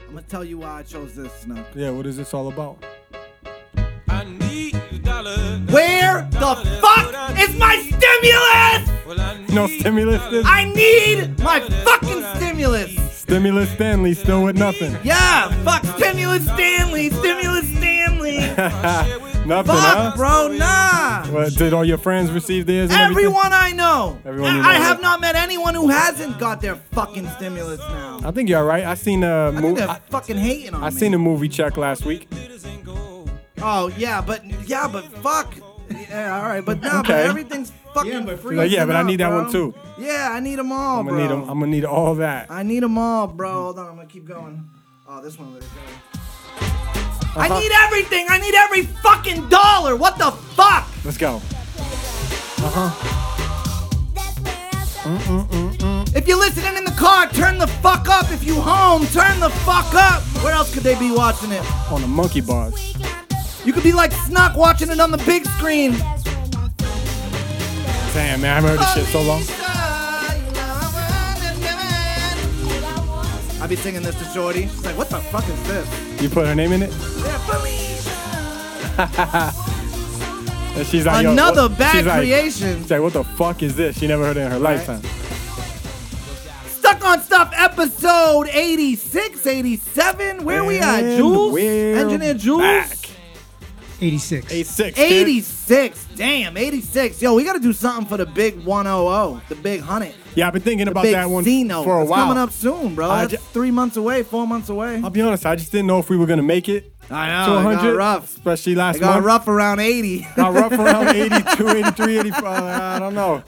I'm gonna tell you why I chose this, Snook. Yeah, what is this all about? I need a dollar. Where the fuck is my stimulus? Well, I need No stimulus. This I need my fucking stimulus. stimulus Stanley still with nothing. Yeah, fuck stimulus Stanley, stimulus Stanley. nothing, huh? Fuck, bro, nah. What, did all your friends receive theirs? And everything? Everyone I know. Everyone you I know. have not met anyone who hasn't got their fucking stimulus now. I think you're right. I seen a I think movie. they're I, fucking hating on I me. seen a movie check last week. Oh yeah, but yeah, but fuck. Yeah, all right, but no, but Okay. everything's fucking Yeah, but free. like, yeah, but I need that one too. Yeah, I need them all, I'm bro. gonna need 'em- I'm gonna need all that. I need them all, bro. Hold on, I'm gonna keep going. Oh, this one really good. I need everything. I need every fucking dollar. What the fuck? Let's go. If you're listening in the car, turn the fuck up. If you home, turn the fuck up. Where else could they be watching it? On the monkey bars. Hmm? You could be like Snuck watching it on the big screen. Damn man, I haven't heard this shit so long. I be singing this to Shorty. She's like, what the fuck is this? You put her name in it, Yeah, Felicia. and she's like, yo, Another what- bad she's like- creation. She's like, what the fuck is this? She never heard it in her lifetime. Stuck on Stuff episode 86, 87. Where we at, And Jules? we're Engineer Jules? back. 86. Eight six. kid. 86. Damn, 86. Yo, we got to do something for the big 100, the big 100, Yeah, I've been thinking about big that one Zeno. for a it's while. coming up soon, bro. I That's ju- three months away, four months away. I'll be honest, I just didn't know if we were gonna make it I to know. Oh, It 100, got rough. especially It last got month. rough around 80. Got rough around 82, 83, 85. I don't know.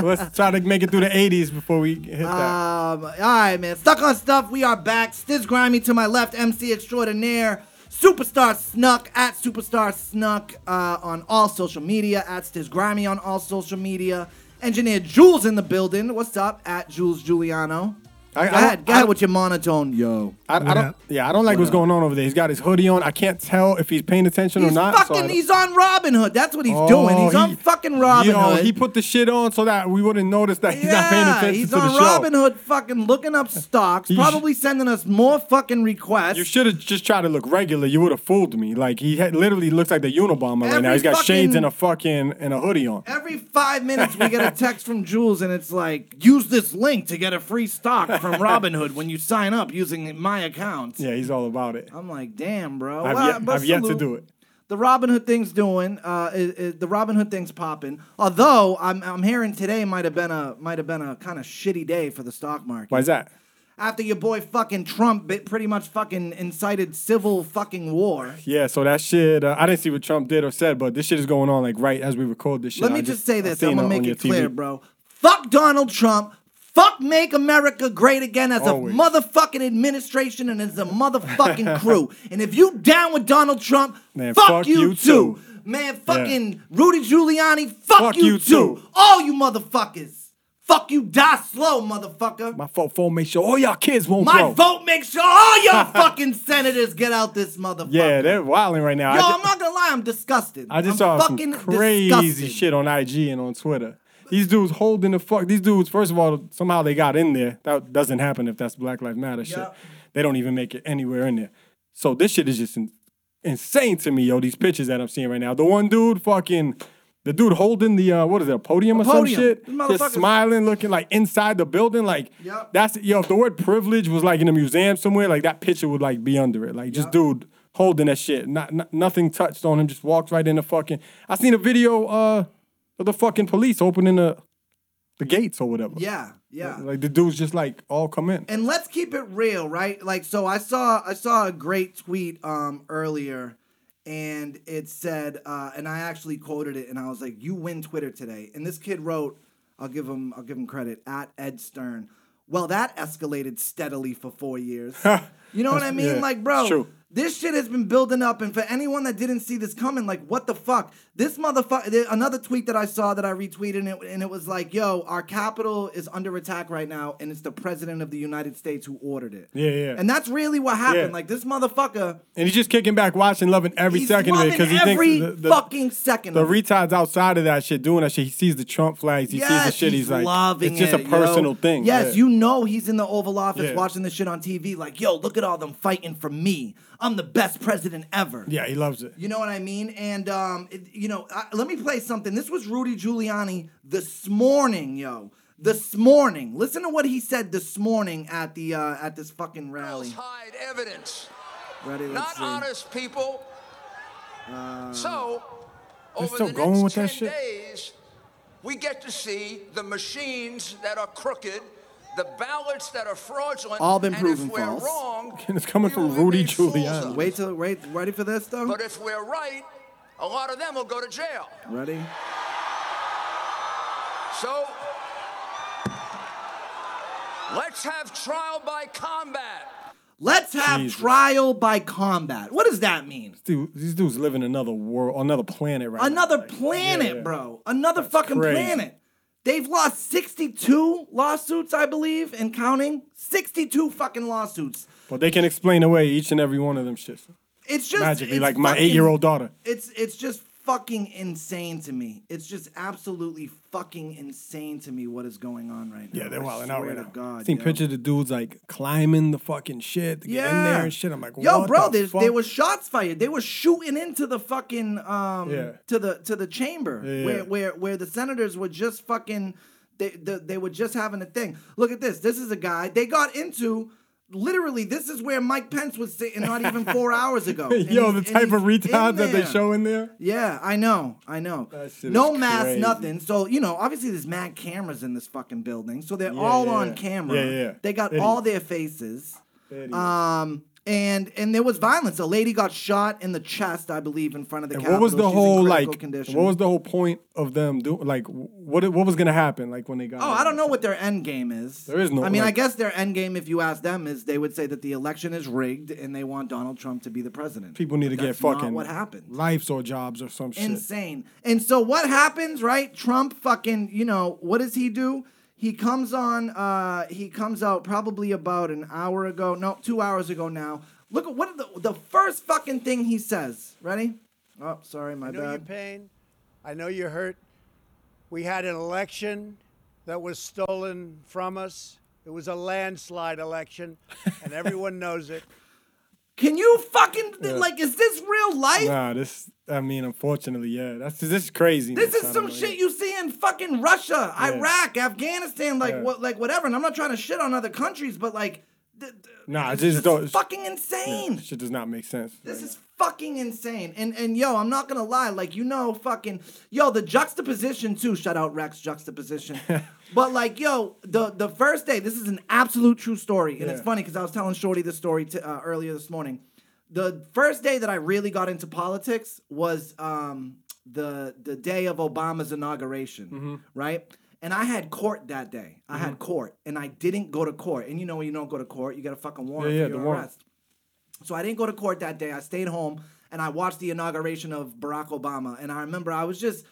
Let's try to make it through the 80s before we hit that. Um, all right, man. Stuck on stuff. We are back. Stiz Grimy to my left, MC extraordinaire, superstar Snuck at superstar Snuck uh, on all social media at Stiz Grimy on all social media. Engineer Jules in the building. What's up? At Jules Giuliano. I- go I- ahead. Go I- ahead with your monotone, yo. I, I don't, up? yeah, I don't like what's going on over there. He's got his hoodie on. I can't tell if he's paying attention He's or not. so I fucking. don't- he's on Robin Hood. That's what he's Oh, doing. He's on he- fucking Robin yo, Hood. He put the shit on so that we wouldn't notice that he's not paying attention he's to on the Robin show. Hood, fucking looking up stocks, You sh- probably sending us more fucking requests. You should have just tried to look regular. You would have fooled me. Like he had, literally looks like the Unabomber right now. Every He's got shades fucking- and a fucking and a hoodie on. Every five minutes, we get a text from Jules, and it's like, use this link to get a free stock from Robinhood when you sign up using my account. Yeah, he's all about it. I'm like, damn, bro. I've Well, yet, but I've yet to salute. do it. The Robinhood thing's doing. Uh, i i the Robinhood thing's popping. Although I'm, I'm hearing today might have been a might have been a kind of shitty day for the stock market. Why is that? After your boy fucking Trump bit pretty much fucking incited civil fucking war. Yeah, so that shit, uh, I didn't see what Trump did or said, but this shit is going on like right as we record this shit. Let I me just, say I this. seen I'm gonna on make your it clear, TV. bro. Fuck Donald Trump. Fuck make America great again as Always. a motherfucking administration and as a motherfucking crew. and if you down with Donald Trump, Man, fuck, fuck you, you too. too. Man, fucking Rudy Giuliani, fuck, Fuck you, you too. too. All you motherfuckers. Fuck you, die slow, motherfucker. My phone, phone make sure all y'all kids won't My grow. vote makes sure all your fucking senators get out this motherfucker. Yeah, they're wilding right now. Yo, I, I'm ju- not gonna lie, I'm disgusted. I just I'm saw fucking some crazy disgusted. shit on IG and on Twitter. These dudes holding the fuck. These dudes, first of all, somehow they got in there. That doesn't happen if that's Black Lives Matter shit. Yeah. They don't even make it anywhere in there. So this shit is just in- insane to me, yo. These pictures that I'm seeing right now. The one dude, fucking, the dude holding the uh, what is it, a podium or podium. some shit, These motherfuckers- just smiling, looking like inside the building, like Yep. that's yo. If the word privilege was like in a museum somewhere, like that picture would like be under it. Like just dude holding that shit, not, not nothing touched on him, just walked right in the fucking. I seen a video uh of the fucking police opening the the gates or whatever. Yeah, yeah. Like the dudes just like all come in. and let's keep it real, right? Like, so I saw I saw a great tweet um earlier, and it said, uh, and I actually quoted it, and I was like, "You win Twitter today." And this kid wrote, "I'll give him I'll give him credit at Ed Stern." Well, that escalated steadily for four years. you know what I mean? Yeah, like, bro, it's true. This shit has been building up, and for anyone that didn't see this coming, like, what the fuck? This motherfucker. Another tweet that I saw that I retweeted, and it, and it was like, yo, our capital is under attack right now, and it's the president of the United States who ordered it. Yeah, yeah. And that's really what happened. Yeah. Like, this motherfucker. And he's just kicking back, watching, loving every He's second of it loving because he thinks every the, the- fucking second The of it. retards outside of that shit doing that shit. He sees the Trump flags. He sees the shit. He's, like, loving it's just it, a yo. personal thing. Yes, yeah. you know he's in the Oval Office Yeah. watching this shit on TV. Like, yo, look at all them fighting for me. I'm the best president ever. Yeah, he loves it. You know what I mean? And um, it- you know, I, let me play something. This was Rudy Giuliani this morning, yo. This morning. Listen to what he said this morning at the uh, at this fucking rally. hide evidence, Ready? Let's not see. honest people. so, over uh, still the going next with that 10 shit? days, we get to see the machines that are crooked, the ballots that are fraudulent. All been and proven if we're false. wrong, And it's coming we from will be Rudy made fools Giuliani. of. Wait till wait. Ready for this though? But if we're right, a lot of them will go to jail. Ready? So, let's have trial by combat. Let's have Jesus. trial by combat. What does that mean? Dude, these dudes live in another world, another planet right now. Another Like, planet, yeah. bro. Another fucking crazy. planet. They've lost 62 lawsuits, I believe, and counting. 62 fucking lawsuits. But they can explain away each and every one of them shits. It's just Magically, it's like my fucking- eight-year-old daughter. It's it's just fucking insane to me. It's just absolutely fucking insane to me what is going on right now. Yeah, they're I wilding out swear right to now. God, Seen yo. pictures of dudes like climbing the fucking shit to get Yeah. in there and shit. I'm like, yo, what bro, the there, fuck? there was shots fired. They were shooting into the fucking um Yeah. to the to the chamber Yeah. where where where the senators were just fucking they the, they were just having a thing. Look at this. This is a guy they got into. Literally, this is where Mike Pence was sitting not even four hours ago. And yo, he's- and the type of he's in retards that they there. show in there. Yeah, I know, I know. That shit No is mask, crazy. nothing. So you know, obviously there's mad cameras in this fucking building, so they're Yeah, all yeah, yeah. on camera. Yeah, yeah. They got Idiots. all their faces. Idiots. Um, and and there was violence. A lady got shot in the chest, I believe, in front of the. And Capitol. what was the She's in whole critical like? Condition. What was the whole point of them doing? Like, what what was gonna happen? Like when they got? Oh, I don't know what their end game is. There is no- I mean, I like- guess their end game, if you ask them, is they would say that the election is rigged and they want Donald Trump to be the president. People need to But get that's not fucking what happened. lives or jobs or some shit. insane. And so what happens, right? Trump fucking, you know, what does he do? He comes on, uh, he comes out probably about an hour ago, no, two hours ago now. Look at what are the the first fucking thing he says. Ready? Oh, sorry, my I know your bad. pain. I know you're hurt. We had an election that was stolen from us. It was a landslide election, and everyone knows it. Can you fucking like? Is this real life? Nah, this. I mean, unfortunately, yeah. That's this is crazy. This is some shit you see in fucking Russia, Iraq, Afghanistan, like Yeah. what, like whatever. And I'm not trying to shit on other countries, but like, th- th- Nah, this it just is don't- fucking insane. Shit does not make sense. This is fucking insane. And and yo, I'm not gonna lie, like you know, fucking yo, the juxtaposition too. Shout out Rex juxtaposition. but like yo, the the first day, this is an absolute true story, and it's Yeah. funny because I was telling Shorty this story t- uh, earlier this morning. The first day that I really got into politics was um, the the day of Obama's inauguration, Mm-hmm. right? And I had court that day. I had court, and I didn't go to court. And you know, when you don't go to court, you get a fucking warrant Yeah, yeah, for the your warrant. arrest. So I didn't go to court that day. I stayed home and I watched the inauguration of Barack Obama. And I remember I was just,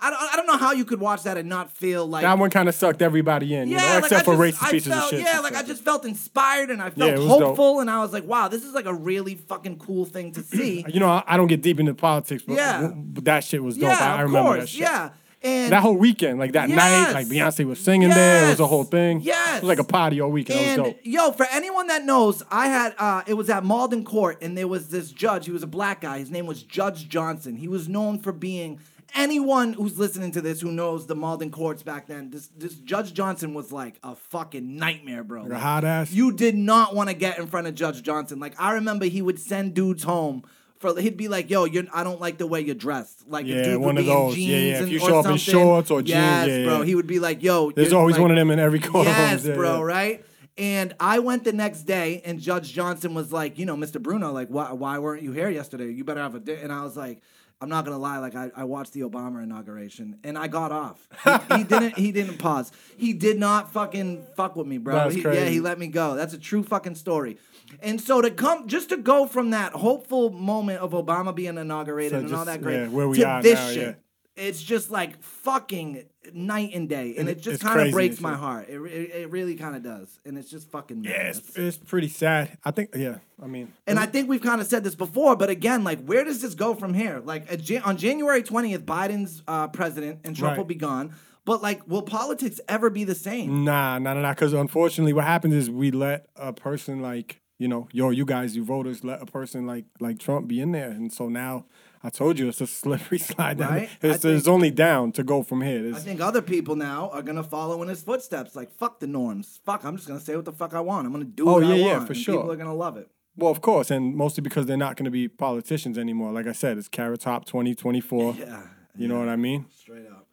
I don't, I don't know how you could watch that and not feel like. That one kind of sucked everybody in, you know, like, except I for just- racist I pieces felt- of shit. Yeah, like I just felt inspired and I Yeah, felt it was dope. hopeful. And I was like, wow, this is like a really fucking cool thing to see. You know, I, I don't get deep into politics, but, Yeah. w- but that shit was dope. yeah, I, I of remember course. that shit. Yeah. And That whole weekend, like that night, like Yes. Beyonce was singing there. It was a Yes. whole thing. Yes. It was like a party all weekend. it And was dope. yo, for anyone that knows, I had uh, it was at Malden Court, and there was this judge. He was a black guy. His name was Judge Johnson. He was known for being anyone who's listening to this who knows the Malden Courts back then. This this Judge Johnson was like a fucking nightmare, bro. a hot ass. You did not want to get in front of Judge Johnson. Like I remember, he would send dudes home. For, he'd be like, "Yo, you're, I don't like the way you're dressed. Like, Yeah, if dude would one of be in those. Yeah, jeans yeah. If and- you or show up in something, shorts or jeans, yes, yeah, bro. yeah. He would be like, "Yo, There's you're, always like- one of them in every corner. Yes, Yeah, bro, yeah. right? And I went the next day, and Judge Johnson was like, you know, Mr. Bruno, like, why, why weren't you here yesterday? You better have a day. And I was like, I'm not gonna lie. Like I, I watched the Obama inauguration and I got off. He, he didn't. He didn't pause. He did not fucking fuck with me, bro. That's He- Yeah, crazy. he let me go. That's a true fucking story. And so to come, just to go from that hopeful moment of Obama being inaugurated So and all just- that great yeah, where we to are this now, shit, yeah. it's just like fucking night and day, and, it just it's kind of crazy breaks and my shit. heart. It, re- it, it really kind of does, and it's just fucking Yeah, madness. it's, it's pretty sad. I think, yeah, I mean, And I think we've kind of said this before, but again, like, where does this go from here? Like, a Jan- on January 20th, Biden's uh, president and Trump Right. Mm. will be gone. But, like, will politics ever be the same? nah, nah, nah, nah. Because unfortunately, what happens is we let a person like, you know, yo, you guys, you voters, let a person like like Trump be in there, and so now I told you it's a slippery slide down. Right? I It's, it's think- only down to go from here. I It's- think other people now are going to follow in his footsteps. Like, fuck the norms. Fuck, I'm just going to say what the fuck I want. I'm going to do what Oh, I yeah, yeah, want. for and sure. People are going to love it. Well, of course, and mostly because they're not going to be politicians anymore. Like I said, it's Carrot Top 2024. Yeah. You know what I mean? Straight up.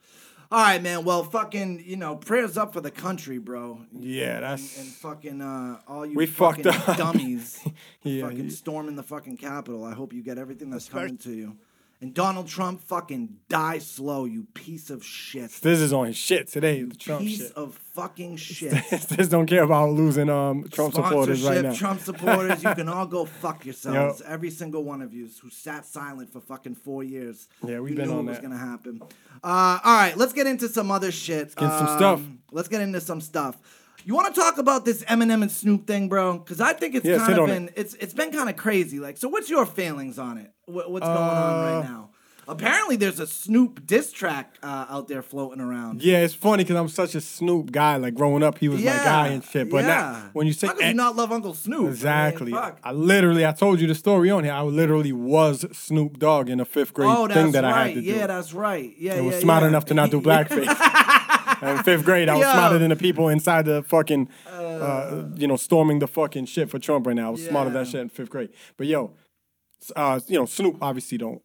All right, man. Well, fucking, you know, prayers up for the country, bro. Yeah, that's. And fucking uh, all you We fucked fucking up. dummies Yeah, fucking yeah. storming the fucking Capitol. I hope you get everything that's coming to you. And Donald Trump fucking die slow, you piece of shit. this is on his shit today, the Trump piece shit. of fucking shit. This don't care about losing um Trump supporters right now. Trump supporters, you can all go fuck yourselves. Every single one of you who sat silent for fucking four years. Yeah, we've you been knew on it was that. gonna happen. Uh, all right, let's get into some other shit. Let's get some stuff. Let's get into some stuff. You want to talk about this Eminem and Snoop thing, bro? Because I think it's Yes, kind hit of on it. been it's it's been kind of crazy. Like, so what's your feelings on it? What, what's going Uh, on right now? Apparently, there's a Snoop diss track uh, out there floating around. Yeah, it's funny because I'm such a Snoop guy. Like growing up, he was my guy and shit. But yeah. now, when you say how could you not love Uncle Snoop? I mean, exactly, fuck. I literally I told you the story on here. I literally was Snoop Dogg in a fifth grade Oh, that's thing that right. I had to yeah, do. that's right. Yeah, I yeah, was smart yeah. enough to not do blackface. In fifth grade, I was Yo. smarter than the people inside the fucking, uh, you know, storming the fucking shit for Trump right now. I was smarter than that Yeah. shit in fifth grade. But yo, s- uh, you know, Snoop obviously don't.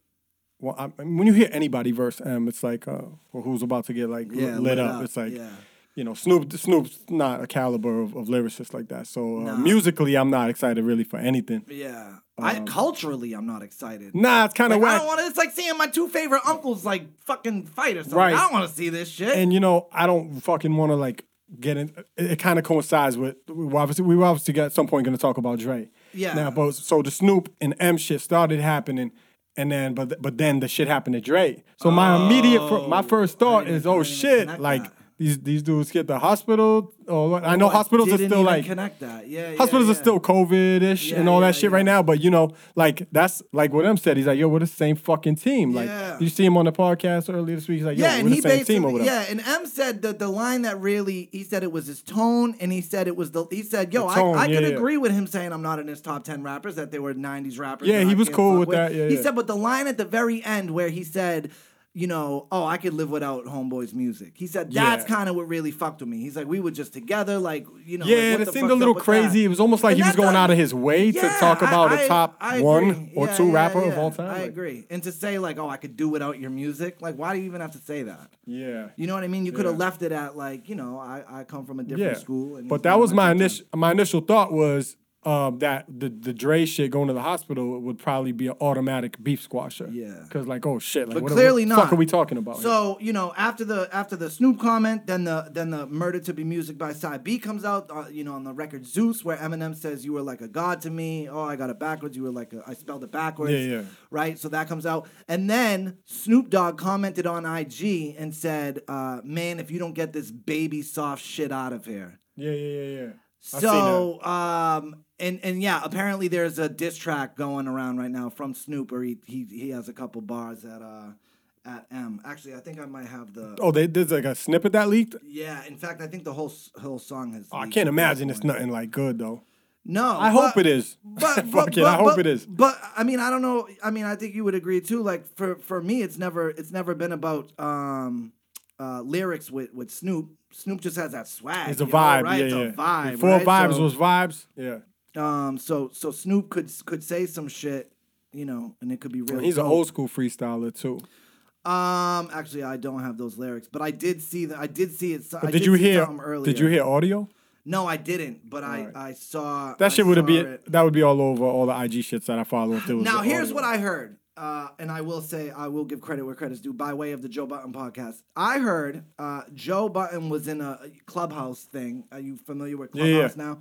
Well, I, I mean, when you hear anybody verse M, it's like, uh, well, who's about to get like l- Yeah, lit, lit up. up, It's like, yeah. you know, Snoop Snoop's not a caliber of, of lyricist like that. So uh, Nah. musically, I'm not excited really for anything. Yeah. Um, I culturally, I'm not excited. Nah, it's kind of Like, I whack. don't want to. It's like seeing my two favorite uncles like fucking fight or something. Right. I don't want to see this shit. and you know, I don't fucking want to like get in. It, kind of coincides with we were obviously we were obviously got- at some point going to talk about Dre. Yeah. Now, but so the Snoop and M shit started happening, and then but but then the shit happened to Dre. So my immediate fir- my first thought is, oh shit, connect like that. these these dudes get the hospital. Or what- I know Oh, I hospitals are didn't still even like connect that. Yeah, yeah, hospitals yeah. are still COVID ish and Yeah, all yeah, that shit yeah. right now. But you know, like that's like what M said. He's like, yo, we're the same fucking team. Like Yeah. you see him on the podcast earlier this week. He's like, yo, Yeah, we're and the he same basically team or whatever. yeah, and M said that the line that really he said it was his tone, and he said it was the he said yo The tone, I, I could yeah, yeah. agree with him saying I'm not in his top ten rappers that they were '90s rappers. Yeah, that he I was can't cool fuck with that, yeah, he yeah. said, but the line at the very end where he said. You know, oh, I could live without Homeboy's music. He said that's Yeah. kind of what really fucked with me. He's like, we were just together, like you know. Yeah, like, what and the it seemed fuck's a up little with crazy. that? It was almost like And he was that going does- out of his way Yeah, to talk about I- a top I- I agree. one or Yeah, two yeah, rapper of yeah. all time. I Like, agree. And to say like, oh, I could do without your music, like, why do you even have to say that? Yeah. You know what I mean? You could have Yeah. left it at like, you know, I, I come from a different yeah. school. And but he's that from was a my different- initial my initial thought was um, that the the Dre shit going to the hospital would probably be an automatic beef squasher. Yeah. Because like, oh shit, like But what, clearly what the not. fuck are we talking about? here? So you know, after the after the Snoop comment, then the then the murder to be music by Side B comes out. Uh, you know, on the record Zeus, where Eminem says you were like a god to me. Oh, I got it backwards. You were like a, I spelled it backwards. Yeah, yeah. Right. So that comes out, and then Snoop Dogg commented on IG and said, uh, "Man, if you don't get this baby soft shit out of here." yeah, yeah, yeah, yeah. I've seen that. So, um, and and yeah, apparently there's a diss track going around right now from Snoop, or he he, he has a couple bars at uh at M. Actually, I think I might have the. oh, they, there's like a snippet that leaked. Yeah, in fact, I think the whole s- whole song has. Oh, I leaked can't at this imagine it's point. nothing like good though. No, I hope it is. But, but, Fuck it, but- I hope but- it is. But I mean, I don't know. I mean, I think you would agree too. Like for for me, it's never it's never been about um uh lyrics with with Snoop. Snoop just has that swag. It's a you know, vibe, right? yeah, it's yeah. a vibe. Before right? vibes So- was vibes. Yeah. Um, so so Snoop could could say some shit, you know, and it could be really. He's an dope. old school freestyler too. Um, actually, I don't have those lyrics, but I did see that. I did see it. I But did you see hear? something earlier? Did you hear audio? No, I didn't. But I Alright. I saw That shit I would have saw been it. that would be all over all the IG shits that I follow if there was. Now a here's audio. what I heard. uh, and I will say, I will give credit where credit's due by way of the Joe Button podcast. I heard uh, Joe Button was in a clubhouse thing. Are you familiar with yeah. clubhouse now?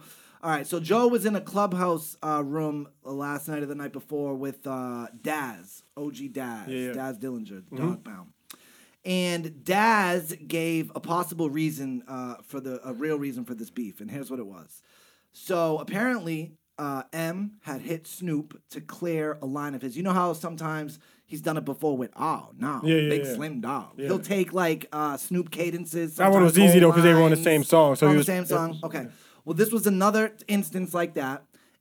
All right, so Joe was in a clubhouse uh, room last night or the night before with uh, Daz, OG Daz, yeah. Mm-hmm. Daz Dillinger, Dog Pound. And Daz gave a possible reason uh, for the a real reason for this beef, and here's what it was. So apparently, uh, M had hit Snoop to clear a line of his. You know how sometimes he's done it before with oh no, Yeah, yeah, big yeah. slim dog. He'll take like uh, Snoop cadences. That one was sometimes easy, whole though, 'cause they were on the lines. same song, so on he the was- same song. Okay. Well, this was another instance like that,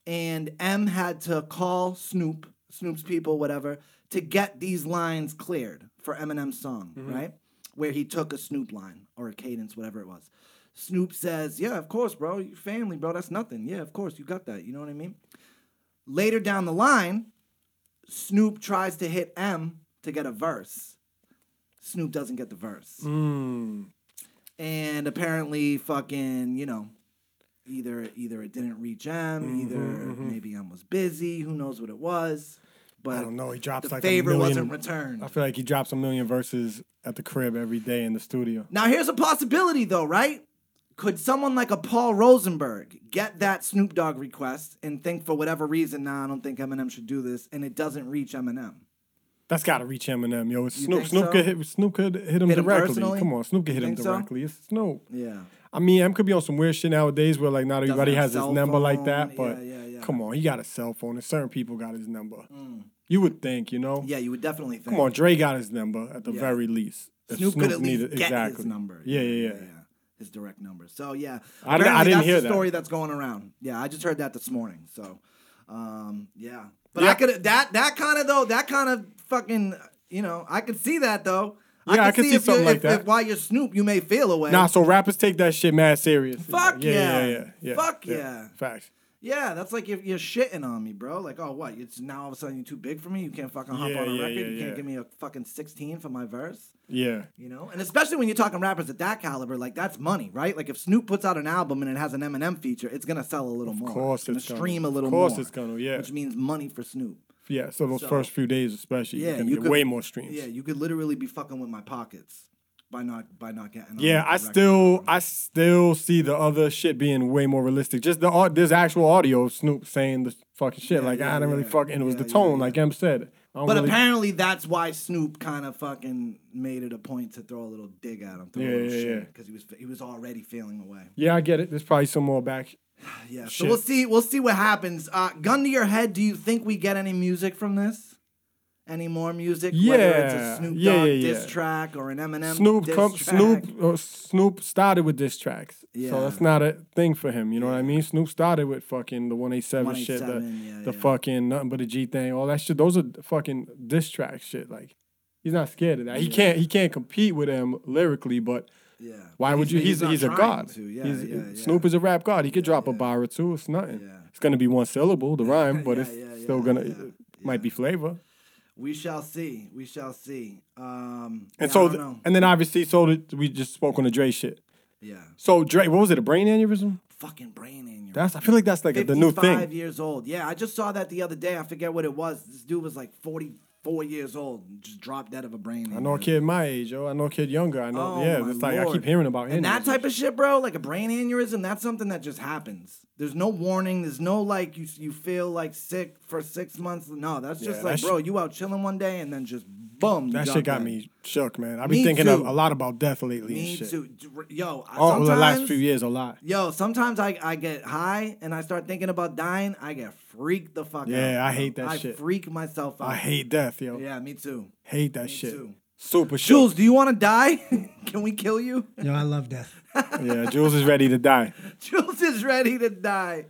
and M had to call Snoop, Snoop's people, whatever, to get these lines cleared for Eminem's song, Mm-hmm. right? Where he took a Snoop line or a cadence, whatever it was. Snoop says, "Yeah, of course, bro. Your family, bro. That's nothing. Yeah, of course, you got that. You know what I mean." Later down the line, Snoop tries to hit M to get a verse. Snoop doesn't get the verse. Mm. And apparently, fucking, you know, either either it didn't reach M, Mm-hmm, either maybe M was busy. Who knows what it was? But I don't know. He drops the like favor a 1000000 wasn't returned. I feel like he drops a million verses at the crib every day in the studio. Now here's a possibility though, right? Could someone like a Paul Rosenberg get that Snoop Dogg request and think for whatever reason, nah, I don't think Eminem should do this, and it doesn't reach Eminem? That's got to reach Eminem, yo. It's Snoop, think Snoop so? could hit, Snoop could hit him Hit him directly. personally? Come on, Snoop could hit him Think so? directly. It's Snoop. Yeah. I mean, M could be on some weird shit nowadays where like not everybody have has his cell number like that. phone. Yeah, But yeah, yeah. come on, he got a cell phone, and certain people got his number. You would think, you know. Yeah, you would definitely think. Come on, Dre got his number at the Yeah. very least. If Snoop, could at least needed- get his number. Yeah, yeah, yeah. His direct number. So yeah, I didn't- I Apparently, didn't that's hear the that. story that's going around. Yeah, I just heard that this morning. So, um, yeah, but Yeah. I could that that kind of though that kind of fucking you know I could see that though. Yeah, I could see if you're- something like if, that. If while you're Snoop, you may feel away. Nah, so rappers take that shit mad serious. Fuck yeah, yeah. yeah, yeah. Fuck yeah. yeah. Facts. Yeah, that's like you're, you're shitting on me, bro. Like, oh, what? It's now all of a sudden you're too big for me. You can't fucking hop Yeah, on a yeah, record. yeah, you can't yeah. give me a fucking 16 for my verse. Yeah. You know, and especially when you're talking rappers at that caliber, like that's money, right? Like if Snoop puts out an album and it has an Eminem feature, it's gonna sell a little more. course gonna it's gonna. stream a little Of course more. it's gonna, yeah. Which means money for Snoop. Yeah, so those So- first few days, especially, Yeah, you're gonna you get could- way more streams. Yeah, you could literally be fucking with my pockets by not by not getting. on Yeah, the I record. still I still see the other shit being way more realistic. Just the au- there's actual audio of Snoop saying the fucking shit. like yeah, I didn't yeah. really fuck, and it was Yeah, the yeah, tone, yeah. like Em said. I don't But really- apparently that's why Snoop kind of fucking made it a point to throw a little dig at him, throw Yeah, a little yeah, shit yeah. because he was he was already feeling away. yeah, I get it. There's probably some more back. Yeah, so Shit. we'll see. We'll see what happens. Uh, gun to your head. Do you think we get any music from this? Any more music? Whether it's Yeah, a Snoop Dogg yeah, yeah, diss yeah. track or an Eminem Snoop um, diss come, track. Snoop uh, Snoop started with diss tracks, Yeah. so that's not a thing for him. You know what I mean? Snoop started with fucking the one eight seven shit, the, 187, yeah, the yeah. fucking nothing but a G thing, all that shit. Those are fucking diss track shit. Like he's not scared of that. He can't he can't compete with him lyrically, but Yeah. Why would you? He's not he's, a trying god. to. Yeah, He's- yeah, yeah. Snoop is a rap god. He could drop a bar or two. It's nothing. Yeah. It's gonna be one syllable, the rhyme, but yeah, it's yeah, still yeah, gonna yeah, it might be flavor. We shall see. We shall see. Um, And yeah, I so, don't th- know. and then obviously, so did, we just spoke on the Dre shit. yeah, So Dre, what was it? A brain aneurysm? fucking brain aneurysm. That's I feel like that's like a- the new 55 thing. years old. Yeah, I just saw that the other day. I forget what it was. This dude was like 44 years old and just dropped dead of a brain. I know a kid my age, yo. I know a kid younger. I know. Oh, yeah, my it's like I Lord. keep hearing about And that aneurysms. type of shit, bro, like a brain aneurysm, that's something that just happens. There's no warning. There's no like you you feel like sick for six months. No, that's just Yeah, like, that bro, you out chilling one day and then just boom. you That drop shit got dead. me shook, man. I've been Me thinking of too. a lot about death lately Me and shit. too. D- r- Yo, I- Oh, the last sometimes- few years, a lot. Yo, sometimes I, I get high and I start thinking about dying. I get freaked the fuck out. Yeah, I hate that I shit. freak myself out. I hate death, yo. Yeah, me too. Hate that shit. too. Super shook. Jules, do you want to die? Can we kill you? Yo, I love death. Yeah, Jules is ready to die. Jules is ready to die.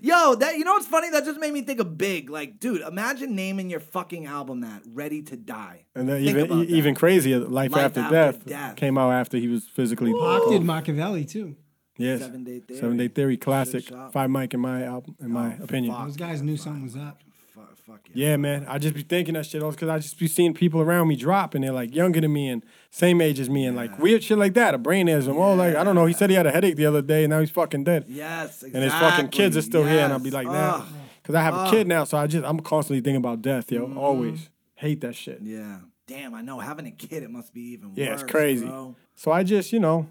Yo, that you know what's funny? That just made me think of Big. Like, dude, imagine naming your fucking album that "Ready to Die." And then Think even about e- that. even crazier, Life, Life after, After death, Death. came out after he was physically. Pac did Machiavelli too. Yes. Seven Day Theory. Seven Day Theory classic. Good shot. Five Mike in my album, in my opinion. fuck. Those guys knew something was up. Fuck, fuck yeah. Yeah, man. I just be thinking that shit because I just be seeing people around me drop and they're like younger than me and same age as me and like weird shit like that. A brain aneurysm. Oh, like I don't know. He said he had a headache the other day and now he's fucking dead. Yes, exactly. And his fucking kids are still here and I'll be Yes. like, nah. Ugh. Mm-hmm. Because I have a kid now, so I just I'm constantly thinking about death, yo. Always. Hate that shit. Yeah, Yeah. Damn, I know. Having a kid, it must be even worse. it's crazy. bro. So I just, you know,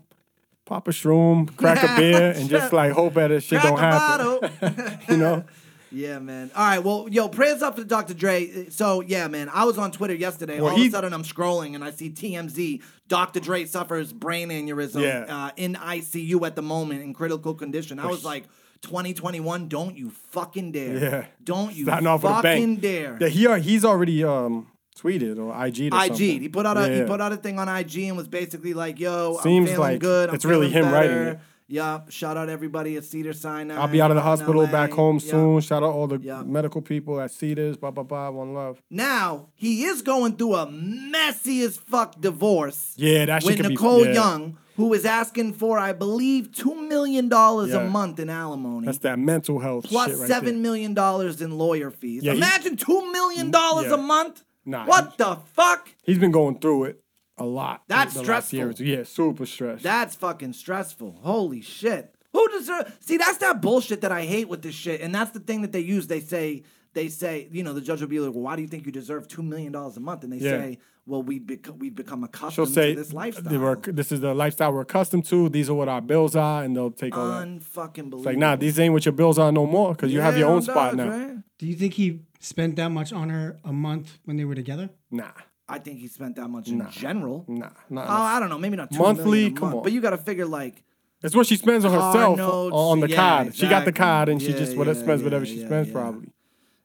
pop a shroom, crack a beer, and just like hope that this shit Crack don't a happen. bottle. you know? yeah, man. All right, well, yo, prayers up to Dr. Dre. So, yeah, man, I was on Twitter yesterday. Well, All of he- a sudden, I'm scrolling and I see TMZ. Dr. Dre suffers brain aneurysm Yeah. uh, in ICU at the moment in critical condition. I was like, 2021, don't you fucking dare. Yeah. Don't you Starting off with a fucking bang. dare. That he al- he's already um tweeted or IG'd or IG. something. He put out a he Yeah. put out a thing on IG and was basically like, "Yo, Seems I'm feeling like good. I'm it's really feeling him writing better." it. Yup. Shout out everybody at Cedar Sinai. I'll be out of the in hospital, LA. back home Yup. soon. Shout out all the Yeah. medical people at Cedars, blah blah blah. One love. Now he is going through a messy as fuck divorce. Yeah, that shit with could be- Nicole yeah. Young, who is asking for, I believe, two million dollars Yeah. a month in alimony. That's that mental health Mm. plus shit right seven million dollars in lawyer fees. Yeah, he- Mm, Imagine two million dollars Yeah. a month. Nah, what the fuck? there. He's been going through it a lot. That's the last year or stressful. two. Yeah, super stressed. That's fucking stressful. Holy shit. Who deserves? See, that's that bullshit that I hate with this shit, and that's the thing that they use. They say, they say, you know, the judge will be like, "Well, why do you think you deserve two million dollars a month?" And they Yeah. say, "Well, we bec- we've become She'll accustomed say to this they lifestyle." were- this is the lifestyle we're accustomed to. These are what our bills are, and they'll take all that. Unfucking believable. It's like, nah, these ain't what your bills are no more, because you have your own spot now. Do you think he spent that much on her a month when they were together? Nah, I think he spent that much in general. nah, nah. Oh, I don't know. Maybe not two Monthly? million a Come month, on. But you got to figure like That's what she spends on Car herself notes, on the yeah, card. She got the exactly. card, and she Yeah, just whatever yeah, spends yeah, whatever she yeah, spends yeah. probably.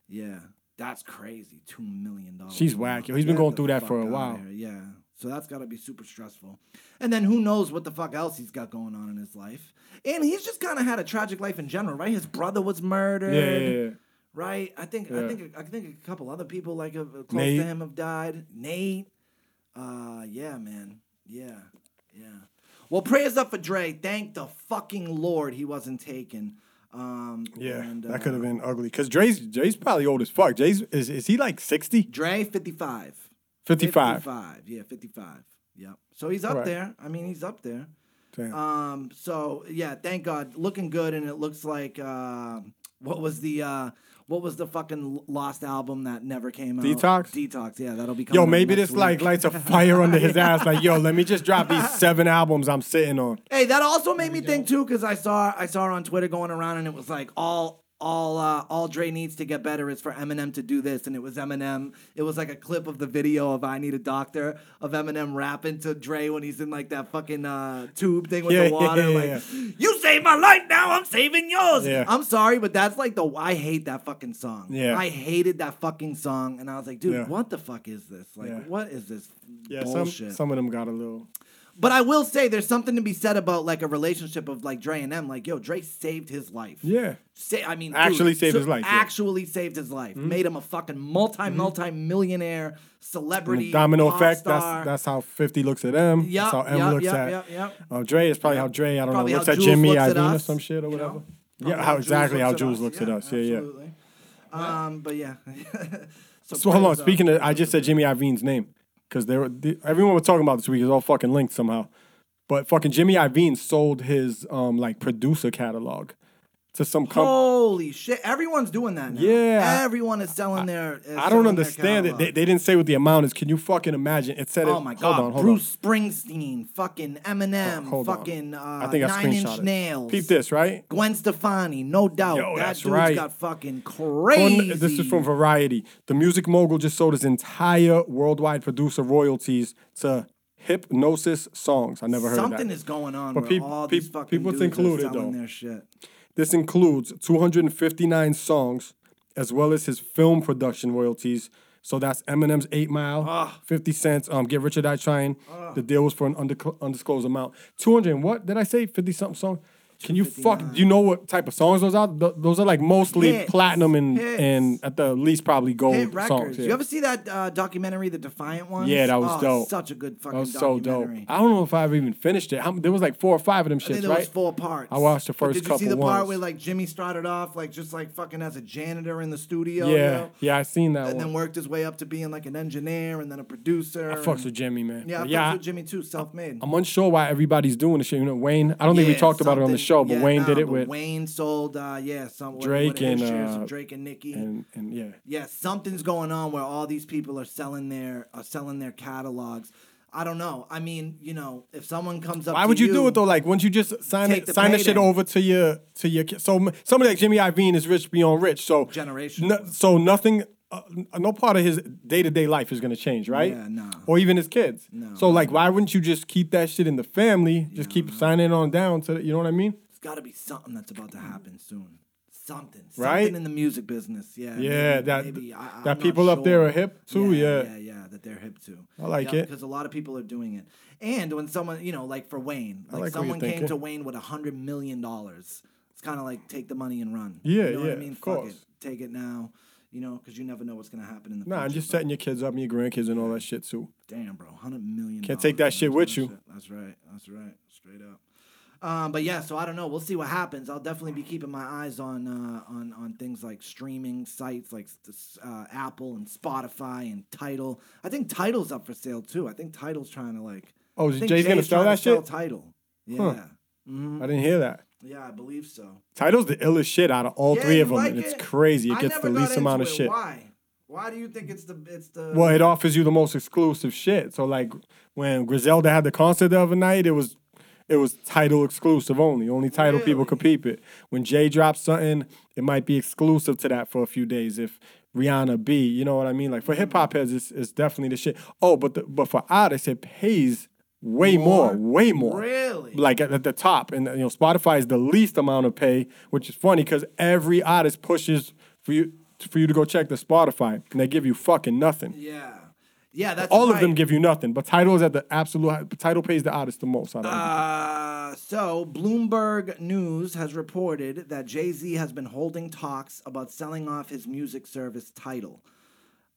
Yeah, that's crazy. Two million dollars. She's a month. whack, yo. He's been Get going the through that fuck for a outta while. here. Yeah, so that's got to be super stressful. And then who knows what the fuck else he's got going on in his life? And he's just kind of had a tragic life in general, right? His brother was murdered. Yeah, yeah, yeah. Right. I think. I Yeah. think. I think a couple other people like uh, close Nate. to him have died. Nate. Uh, yeah, man. Yeah, yeah. Well, prayers up for Dre. Thank the fucking Lord he wasn't taken. Um, Yeah, and, that uh, could have been ugly. Cause Dre's Dre's probably old as fuck. Dre's is is he like 60? Dre, fifty-five. 55. 55. Yeah, 55. Yep. So he's up Right. there. I mean, he's up there. Damn. Um, so yeah, thank God, looking good, and it looks like uh, what was the uh, what was the fucking lost album that never came out? Detox? Detox. Yeah, that'll be. Coming yo, out maybe next this like week. lights a fire under his ass. Like, yo, let me just drop these seven albums I'm sitting on. Hey, that also made me think too, because I saw I saw on Twitter going around, and it was like all all uh, all Dre needs to get better is for Eminem to do this, and it was Eminem. It was like a clip of the video of I Need a Doctor of Eminem rapping to Dre when he's in like that fucking uh, tube thing with Yeah, the water, yeah, yeah, like yeah. you saved my life, now I'm saving yours. Yeah. I'm sorry, but that's like the I hate that fucking song. Yeah. I hated that fucking song, and I was like, dude, Yeah. what the fuck is this? Like, Yeah. what is this Yeah, bullshit? some some of them got a little. But I will say there's something to be said about like a relationship of like Dre and M. Like, yo, Dre saved his life. Yeah. Say, I mean, Actually dude, saved so- his life, yeah. Mm-hmm. Actually saved his life. Made him a fucking multi, multi millionaire celebrity. Mm, Domino pop effect. star. That's that's how 50 looks at M. Yup, that's how M yup, looks yup, at. yup, yup. Uh, Dre is probably how Dre. I don't Probably know. Looks how at Jules Jimmy looks at Iovine or us, some shit or you know? whatever. Probably Yeah, how Jules exactly how looks at Jules us. looks at us. Yeah, yeah. absolutely. Um, but yeah. so, So hold on. praise up. Speaking of, I just said Jimmy Iovine's name because they were the, everyone was talking about this week is all fucking linked somehow. But fucking Jimmy Iovine sold his um like producer catalog to some Oh, company. Holy shit! Everyone's doing that now. Yeah. everyone is selling their. is I selling don't their understand it. catalog. They, they didn't say what the amount is. Can you fucking imagine? It said it. Oh my hold God! on, hold Bruce Springsteen, fucking Eminem, on, hold on. fucking uh, I think I Nine screenshot Inch it. Nails. Peep this, right? Gwen Stefani, no doubt. Yo, that that's dude's right. got fucking Porn- crazy. This is from Variety. The music mogul just sold his entire worldwide producer royalties to Hypnosis Songs. I never heard of that. Something is going on But where peop- all peop- these fucking people's dudes included, are selling though. their shit. This includes 259 songs, as well as his film production royalties. So that's Eminem's Eight Mile, Ah. 50 Cent's um, Get Rich or Die Trying. The deal was for an under, undisclosed amount. 200 and what did I say? 50 something song. Can you fuck? You know what type of songs those are? Th- those are like mostly Hits. platinum and, Hits. and at the least probably gold Hit records. songs. yeah. You ever see that uh, documentary, The Defiant Ones? Yeah, that was Oh, dope. Such a good fucking That was so dope. documentary. I don't know if I've even finished it. How, there was like four or five of them shits, I think there right? was four parts. I watched the But first Did you see the couple part ones. where like Jimmy started off like just like fucking as a janitor in the studio? you yeah, know? yeah, I seen that and one. then worked his way up to being like an engineer and then a producer. Oh. I fucks and- with Jimmy, man. Yeah, I But fucks with Jimmy too, self made. I'm unsure why everybody's doing this shit. You know, Wayne. I don't think we Yeah, talked about it on the something- show, but Yeah, Wayne nah, did it but with Wayne sold, uh, yeah, some what- Drake what did his and, share? Some uh, Drake and Nicki. and and yeah. yeah, something's going on where all these people are selling their are selling their catalogs. I don't know. I mean, you know, if someone comes up, Why to would you, do it though? Like, once you just sign Take it, the sign the pay shit then. over to your to your ki- so m- somebody like Jimmy Iovine is rich beyond rich. So Generational. no- so nothing, uh, n- no part of his day to day life is gonna change, right? Yeah, nah. Or even his kids. No. So like, why wouldn't you just keep that shit in the family? Just keep signing on down to the, you know what I mean? It's got to be something that's about to happen soon. Something, something Right? in the music business. Yeah, Yeah, maybe- that- maybe. I- I'm that not people up there sure. are hip to, yeah. yeah, yeah, that they're hip to. I like it. because a lot of people are doing it. And when someone, you know, like for Wayne, like, like what you're someone came thinking. to Wayne with a hundred million dollars, it's kind of like take the money and run. Yeah, you know what I yeah, mean, of fuck course. it, take it now. You know, because you never know what's gonna happen in the Nah, future. and just but setting your kids up and your grandkids and all that shit too. damn, bro, hundred million. Can't take dollars, that shit man, with you. That's right. That's right. Straight up. Um, but yeah, so I don't know. We'll see what happens. I'll definitely be keeping my eyes on uh, on on things like streaming sites like s- uh, Apple and Spotify and Title. I think Title's up for sale too. I think Title's trying to like. Oh, I is think Jay's gonna sell trying that to sell shit? Title. Yeah, I didn't hear that. yeah, I believe so. Title's the illest shit out of all Yeah, three you of them, like and it's crazy. It I gets never the got least into amount of it. shit. Why? Why do you think it's the it's the? Well, it offers you the most exclusive shit. So like when Griselda had the concert the other night, it was it was title exclusive only. Only title people could peep it. When Jay drops something, it might be exclusive to that for a few days. If Rihanna B, you know what I mean? Like for hip hop heads, it's, it's definitely the shit. Oh, but the, but for artists, it pays way more, way more. Really? Like at, at the top, and you know Spotify is the least amount of pay, which is funny because every artist pushes for you for you to go check the Spotify, and they give you fucking nothing yeah, yeah. That's all of right. them give you nothing, but title is at the absolute hi- title pays the artist the most. Out of everything. Uh, so Bloomberg News has reported that Jay Z has been holding talks about selling off his music service title.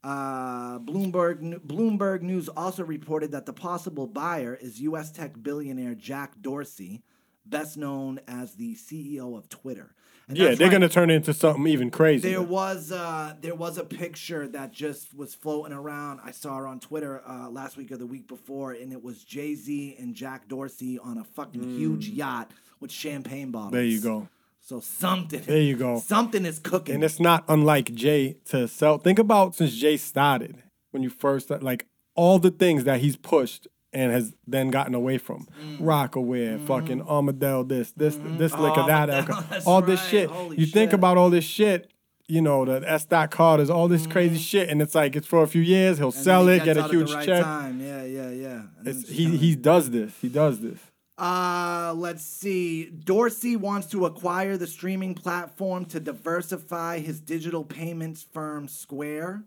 Uh, Bloomberg Bloomberg News also reported that the possible buyer is U.S. tech billionaire Jack Dorsey, best known as the CEO of Twitter. And yeah, that's they're right. gonna turn it into something even crazier. There was uh, there was a picture that just was floating around. I saw her on Twitter uh, last week or the week before, and it was Jay Z and Jack Dorsey on a fucking huge yacht with champagne bottles. Mm. There you go. So something. There you go. Something is cooking. And it's not unlike Jay to sell. Think about since Jay started when you first like all the things that he's pushed and has then gotten away from Mm. Rockaware, fucking Armadale, this, this, this liquor, that alcohol, Mm-hmm. Oh, that's all this right. shit. Holy you think shit. about all this shit. You know the S. Dot Carter's, all this crazy shit, and it's like it's for a few years. He'll Mm-hmm. And then sell he it, gets get a out at huge the right check. Time. Yeah, yeah, yeah. And then It's, just he kinda- he does this. He does this. Uh, let's see. Dorsey wants to acquire the streaming platform to diversify his digital payments firm Square,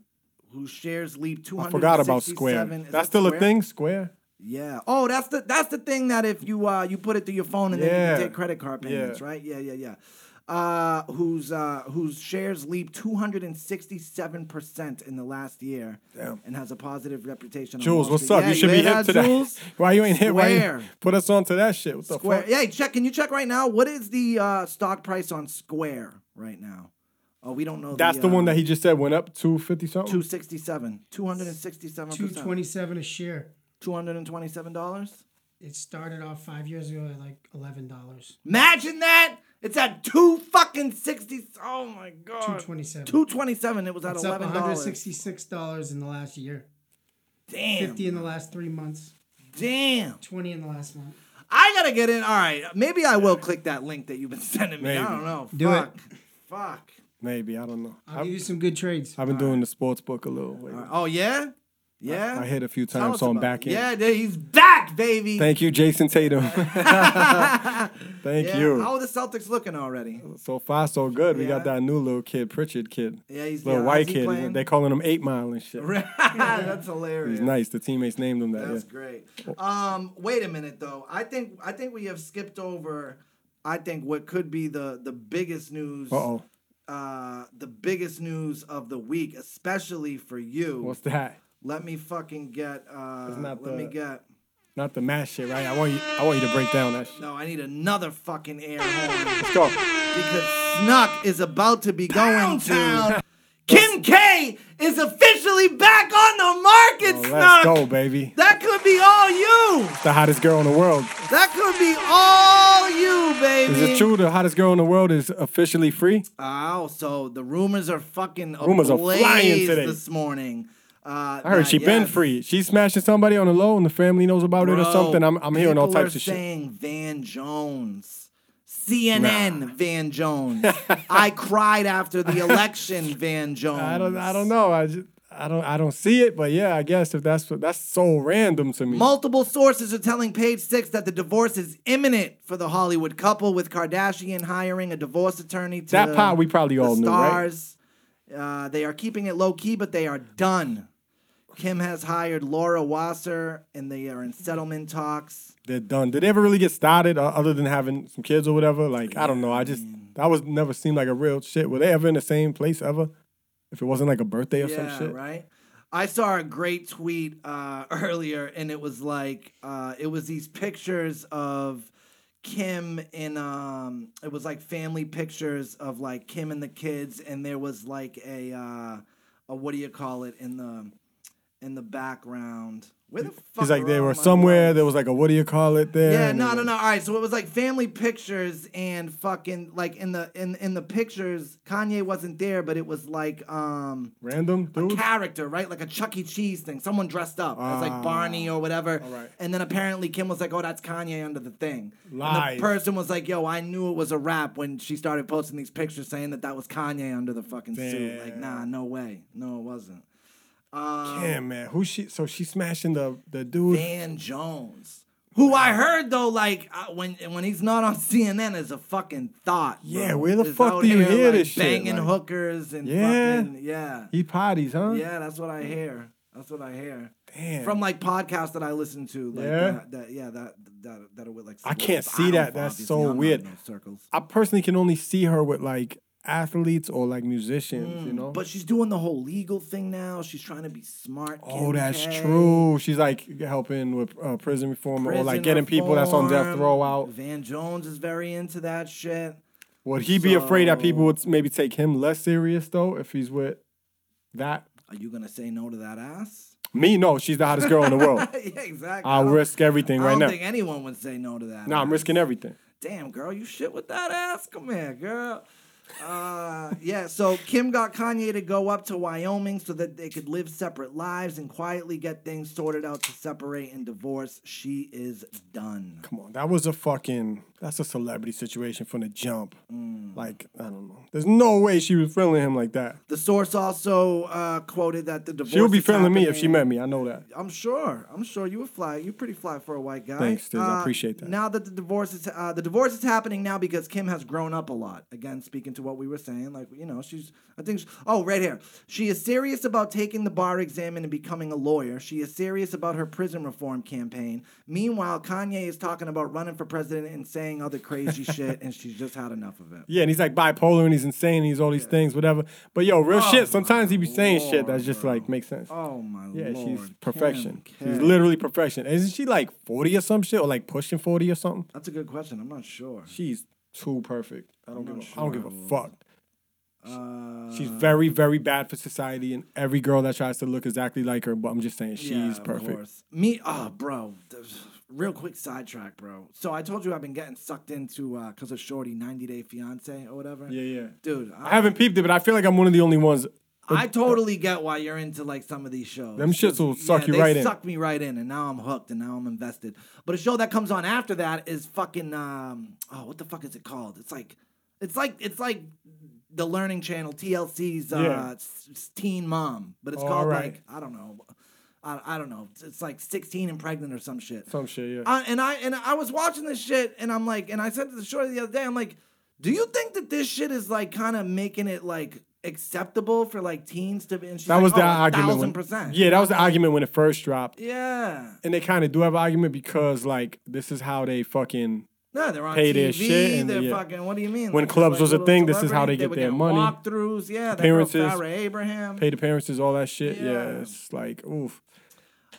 who shares leap 267. I forgot about Square. Is That's that still a Square? thing, Square. Yeah. Oh, that's the that's the thing that if you uh you put it through your phone and then you Yeah. can take credit card Yeah. payments, right? Yeah, yeah, yeah. Uh, whose uh, whose shares leap 267 percent in the last year, and has a positive reputation. on Jules, Wall what's Street. up? Yeah, you should hear be hip that, to that. Jules? Why you ain't hit? Why Square. you, put us on to that shit? What the Square. fuck? Yeah, hey, check. Can you check right now? What is the uh, stock price on Square right now? Oh, we don't know. That's the one that he just said went up two fifty something. two sixty seven, two hundred and sixty seven Two percent, twenty seven a share. two hundred and twenty seven dollars. It started off five years ago at like eleven dollars. Imagine that. It's at two fucking sixty. Oh my Two god. twenty seven. Two twenty seven. It was at It's up eleven one hundred dollars. sixty six dollars in the last year. Damn. Fifty in the last three months. Damn. Twenty in the last month. I gotta get in. All right. Maybe I will click that link that you've been sending me. I Maybe. don't know. Do it. Fuck. Fuck. Maybe I don't know. I'll give I've, you some good trades. I've been doing the sports book a little. lately. Oh yeah. Yeah. I hit a few Tell times, us so I'm about back it. in. Yeah, there- he's back, baby. Thank you, Jason Tatum. Thank yeah. you. How are the Celtics looking already? so far, so good. We got Yeah. that new little kid, Pritchard kid. Yeah, he's- little yeah, how's white he kid. playing? They calling him Eight Mile and shit. That's hilarious. He's nice. The teammates named him that. That's yeah. great. Um, wait a minute though. I think I think we have skipped over. I think what could be the the biggest news. Uh oh. Uh, the biggest news of the week, especially for you. What's that? Let me fucking get. Uh, not let me the- get. Not the mash shit, right? I want you. I want you to break down that shit. No, I need another fucking air horn Let's go. because Snuck is about to be going to. Kim K is officially officially back on the market, Oh, Let's Snuck. go, baby. That could be all you. The hottest girl in the world. That could be all you, Is baby. it true the hottest girl in the world is officially free? Oh, so the rumors are fucking Rumors are ablaze flying today. this morning. Uh, I heard she been free. She's smashing somebody on the low, and the family knows about it or something. I'm, I'm hearing all types of shit. saying Van Jones, CNN Van Jones. I cried after the election, Van Jones. I don't, I don't know. I just, I don't, I don't see it. But yeah, I guess if that's what, that's so random to me. Multiple sources are telling Page Six that the divorce is imminent for the Hollywood couple, with Kardashian hiring a divorce attorney to That part we probably the all knew, right? stars. Uh, they are keeping it low key, but they are done. Kim has hired Laura Wasser, and they are in settlement talks. They're done. Did they ever really get started, uh, other than having some kids or whatever? Like I don't know. I just Mm. that was never seemed like a real shit. Were they ever in the same place ever? If it wasn't like a birthday or some Yeah, shit. right. I saw a great tweet uh, earlier, and it was like uh, it was these pictures of Kim in um, it was like family pictures of like Kim and the kids, and there was like a uh, a what do you call it in the in the background? Where the fuck? He's like are they all my were somewhere. notes? There was like a what do you call it there? Yeah, and no, then- no, no. All right, so it was like family pictures and fucking like in the in in the pictures, Kanye wasn't there, but it was like um Random a dude. character, right? Like a Chuck E. Cheese thing. Someone dressed up as like Barney or whatever. Ah. right. And then apparently Kim was like, "Oh, that's Kanye under the thing." And Lies. the person was like, "Yo, I knew it was a rap when she started posting these pictures saying that that was Kanye under the fucking suit." Like, nah, no way, no, it wasn't. Damn man, who she? So she smashing the the dude. Van Jones. Who I heard though, like uh, when when he's not on CNN, is a fucking thought. bro. Yeah, where the Is fuck out do you here, hear like, this shit? Banging Like- hookers and Yeah. fucking yeah. He potties, huh? Yeah, that's what I hear. That's what I hear. Damn. From like podcasts that I listen to, like Yeah? that, that, yeah, that that that are with like. I can't celebrities. see don't- that. That's obviously, so I'm not in weird. those circles. I personally can only see her with like athletes or like musicians, you know. Mm, But she's doing the whole legal thing now. She's trying to be smart. oh, Kim that's K. true. She's like helping with uh, prison reform or like Prison getting people that's on death reform. row out. Van Jones is very into that shit. Would he be afraid that people would maybe take him less serious though if he's with that? Are you gonna say no to that ass? Me, no. She's the hottest girl in the world. yeah, exactly. I I'll don't- risk everything I right don't now. think anyone would say no to that. Nah, I'm ass. risking everything. damn girl, you shit with that ass. Come here, girl. Uh, yeah, so Kim got Kanye to go up to Wyoming so that they could live separate lives and quietly get things sorted out to separate and divorce. She is done. Come on, that was a fucking. That's a celebrity situation from the jump. Mm. Like I don't know. There's no way she was feeling him like that. The source also uh, quoted that the divorce. She would be is feeling me if happening- she met me. I know that. I'm sure. I'm sure you were fly. You're pretty fly for a white guy. Uh, Thanks, Diz. I appreciate that. Now that the divorce is uh, the divorce is happening now because Kim has grown up a lot. Again, speaking to what we were saying, like you know, she's I think she, oh right here. She is serious about taking the bar exam and becoming a lawyer. She is serious about her prison reform campaign. Meanwhile, Kanye is talking about running for president and saying other crazy shit, and she's just had enough of it. Yeah, and he's like bipolar and he's insane and he's all these things, whatever. But yo, real shit. Sometimes he be saying shit that's just like makes sense. Oh my yeah, lord. she's perfection. Kim She's K. literally perfection. Isn't she like forty or some shit or like pushing forty or something? That's a good question. I'm not sure. She's too perfect. I don't give. A, I don't give a fuck. Uh, She's very, very bad for society, and every girl that tries to look exactly like her. But I'm just saying, she's Yeah, of perfect. course. Me, oh, bro. th- Real quick sidetrack, bro. So I told you I've been getting sucked into uh, cause of Shorty 90 Day Fiance or whatever. Yeah, yeah. Dude, I I, haven't peeped it, but I feel like I'm one of the only ones. I totally get why you're into like some of these shows. Them shits will 'Cause, suck yeah, you they right in. Sucked me right in, and now I'm hooked, and now I'm invested. But a show that comes on after that is fucking um oh what the fuck is it called? It's like, it's like it's like the Learning Channel TLC's uh, Yeah. s- s- Teen Mom, but it's All called right. like I don't know, I, I don't know. It's- It's like 16 and pregnant or some shit. Some shit, yeah. I, and I and I was watching this shit, and I'm like, and I said to the shorty the other day, I'm like, do you think that this shit is like kind of making it like acceptable for like teens to be? And she's that like, was "Oh, the a argument. Thousand when- percent. Yeah, that was the argument when it first dropped. Yeah. And they kind of do have an argument because, like, this is how they fucking. No, they're on Pay TV. their shit and they're yeah. fucking. What do you mean? When Like, clubs like was a little thing, this is how celebrities, they get were their getting money. Walkthroughs, yeah. that girl, Appearances. Farrah Abraham. Pay the parents is all that shit. Yeah, Yeah. it's like oof.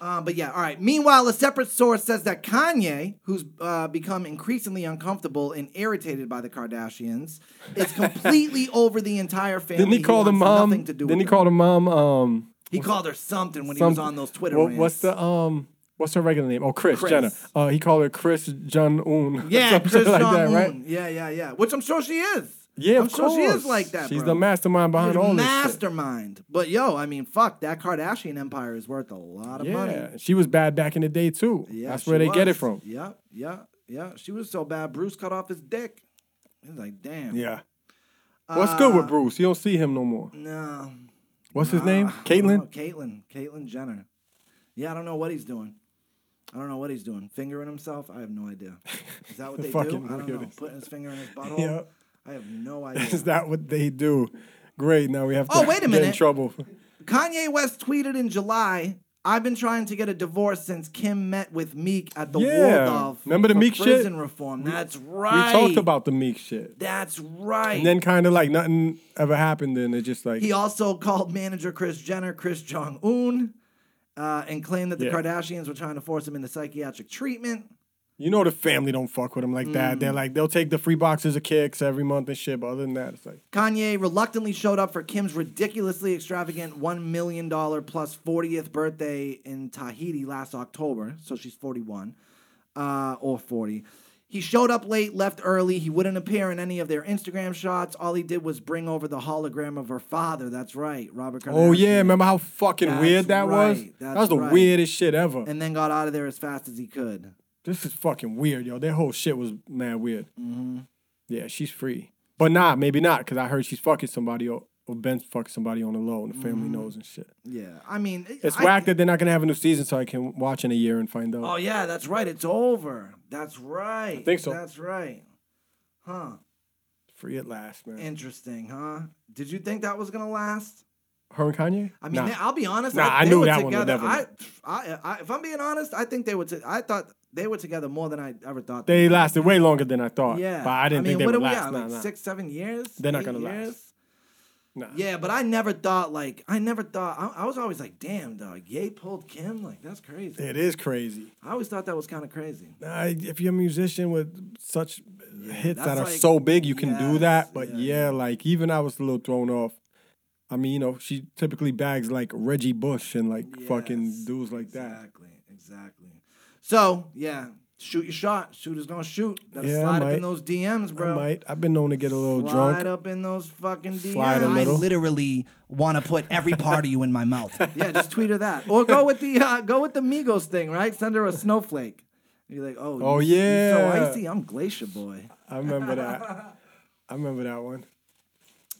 Um, but yeah, all right. Meanwhile, a separate source says that Kanye, who's uh, become increasingly uncomfortable and irritated by the Kardashians, is completely over the entire family. Didn't he call the wants mom? Nothing to do Didn't he with call them. the mom? Um, He called her something when he was Some- on those Twitter what- rants. What's the um? What's her regular name? Oh, Chris, Kris. Jenner. Uh, he called her Chris Jun Un. Yeah, something Chris like that, Jong-un. right? Yeah, yeah, yeah. Which I'm sure she is. Yeah, I'm of sure course. she is like that. She's bro. the mastermind behind She's all mastermind. But yo, I mean, fuck that Kardashian empire is worth a lot of this. Shit. money. Yeah, she was bad back in the day too. Yeah, That's she where they get it was. from. Yeah, yeah, yeah. She was so bad. Bruce cut off his dick. He's like, damn. Yeah. What's good with Bruce? You don't see him no more. No. What's his name? Oh, Caitlyn. Caitlyn. Caitlyn Jenner. Yeah, I don't know what he's doing. I don't know what he's doing. Fingering himself? I have no idea. Is that what they do? I Fucking don't know. weirdos. Putting his finger in his butthole? Yep. I have no Is idea. that what they do? Great. Now we have to Oh, wait a get in minute. trouble. Kanye West tweeted in July, I've been trying to get a divorce since Kim met with Meek at the Yeah. Waldorf. Remember the for Meek shit? prison reform. That's right. We talked about the Meek shit. That's right. And then kind of like nothing ever happened, and it just like He also called manager Chris Jenner Chris Jong Un uh, and claimed that the Yeah. Kardashians were trying to force him into psychiatric treatment. You know the family don't fuck with him like that. Mm. They're like they'll take the free boxes of kicks every month and shit. But other than that, it's like Kanye reluctantly showed up for Kim's ridiculously extravagant $1 million plus 40th birthday in Tahiti last October. So she's 41 uh, or 40. He showed up late, left early. He wouldn't appear in any of their Instagram shots. All he did was bring over the hologram of her father. That's right, Robert Kardashian. oh yeah, remember how fucking That's weird that was? right, That that's was the right. weirdest shit ever. And then got out of there as fast as he could. this is fucking weird, yo. Their whole shit was mad weird. Mm-hmm. Yeah, she's free, but nah, maybe not because I heard she's fucking somebody or, or Ben's fucking somebody on the low, and the family knows and shit. Yeah, Mm-hmm. I mean, It's I- whack that they're not gonna have a new season, so I can watch in a year and find out. Oh yeah, that's right. It's over. That's right. I think so. That's right. Huh. Free at last, man. Interesting, huh? Did you think that was gonna last? Her and Kanye. I mean, Nah. they- I'll be honest. Nah, I they knew were that one would together. never I, I, I, if I'm being honest, I think they were. to- I thought they were together more than I ever thought. they lasted way longer than I thought. yeah, but I didn't mean, think they what would are we last. at, nah, like nah. six, seven years. They're not Eight gonna last. years? Nah. Yeah, but I never thought like I never thought I, I was always like, damn dog, Ye pulled Kim like that's crazy. It is crazy. I always thought that was kind of crazy. Nah, if you're a musician with such hits that that's are like- so big, you can do that. yes, But yeah. yeah, like even I was a little thrown off. I mean, you know, she typically bags like Reggie Bush and like Yes, fucking dudes like that. Exactly, exactly. So yeah, shoot your shot. Shooter's gonna shoot. Gotta Yeah, I slide up in might. those DMs, bro. I might. I've been known to get a little Slide drunk. up in those fucking DMs. Slide a little. literally want to put every part of you in my mouth. yeah, just tweet her that, or go with the uh, go with the Migos thing, right? Send her a snowflake. You're like, oh, Oh, you- you so yeah. icy. I'm Glacier Boy. I remember that. I remember that one.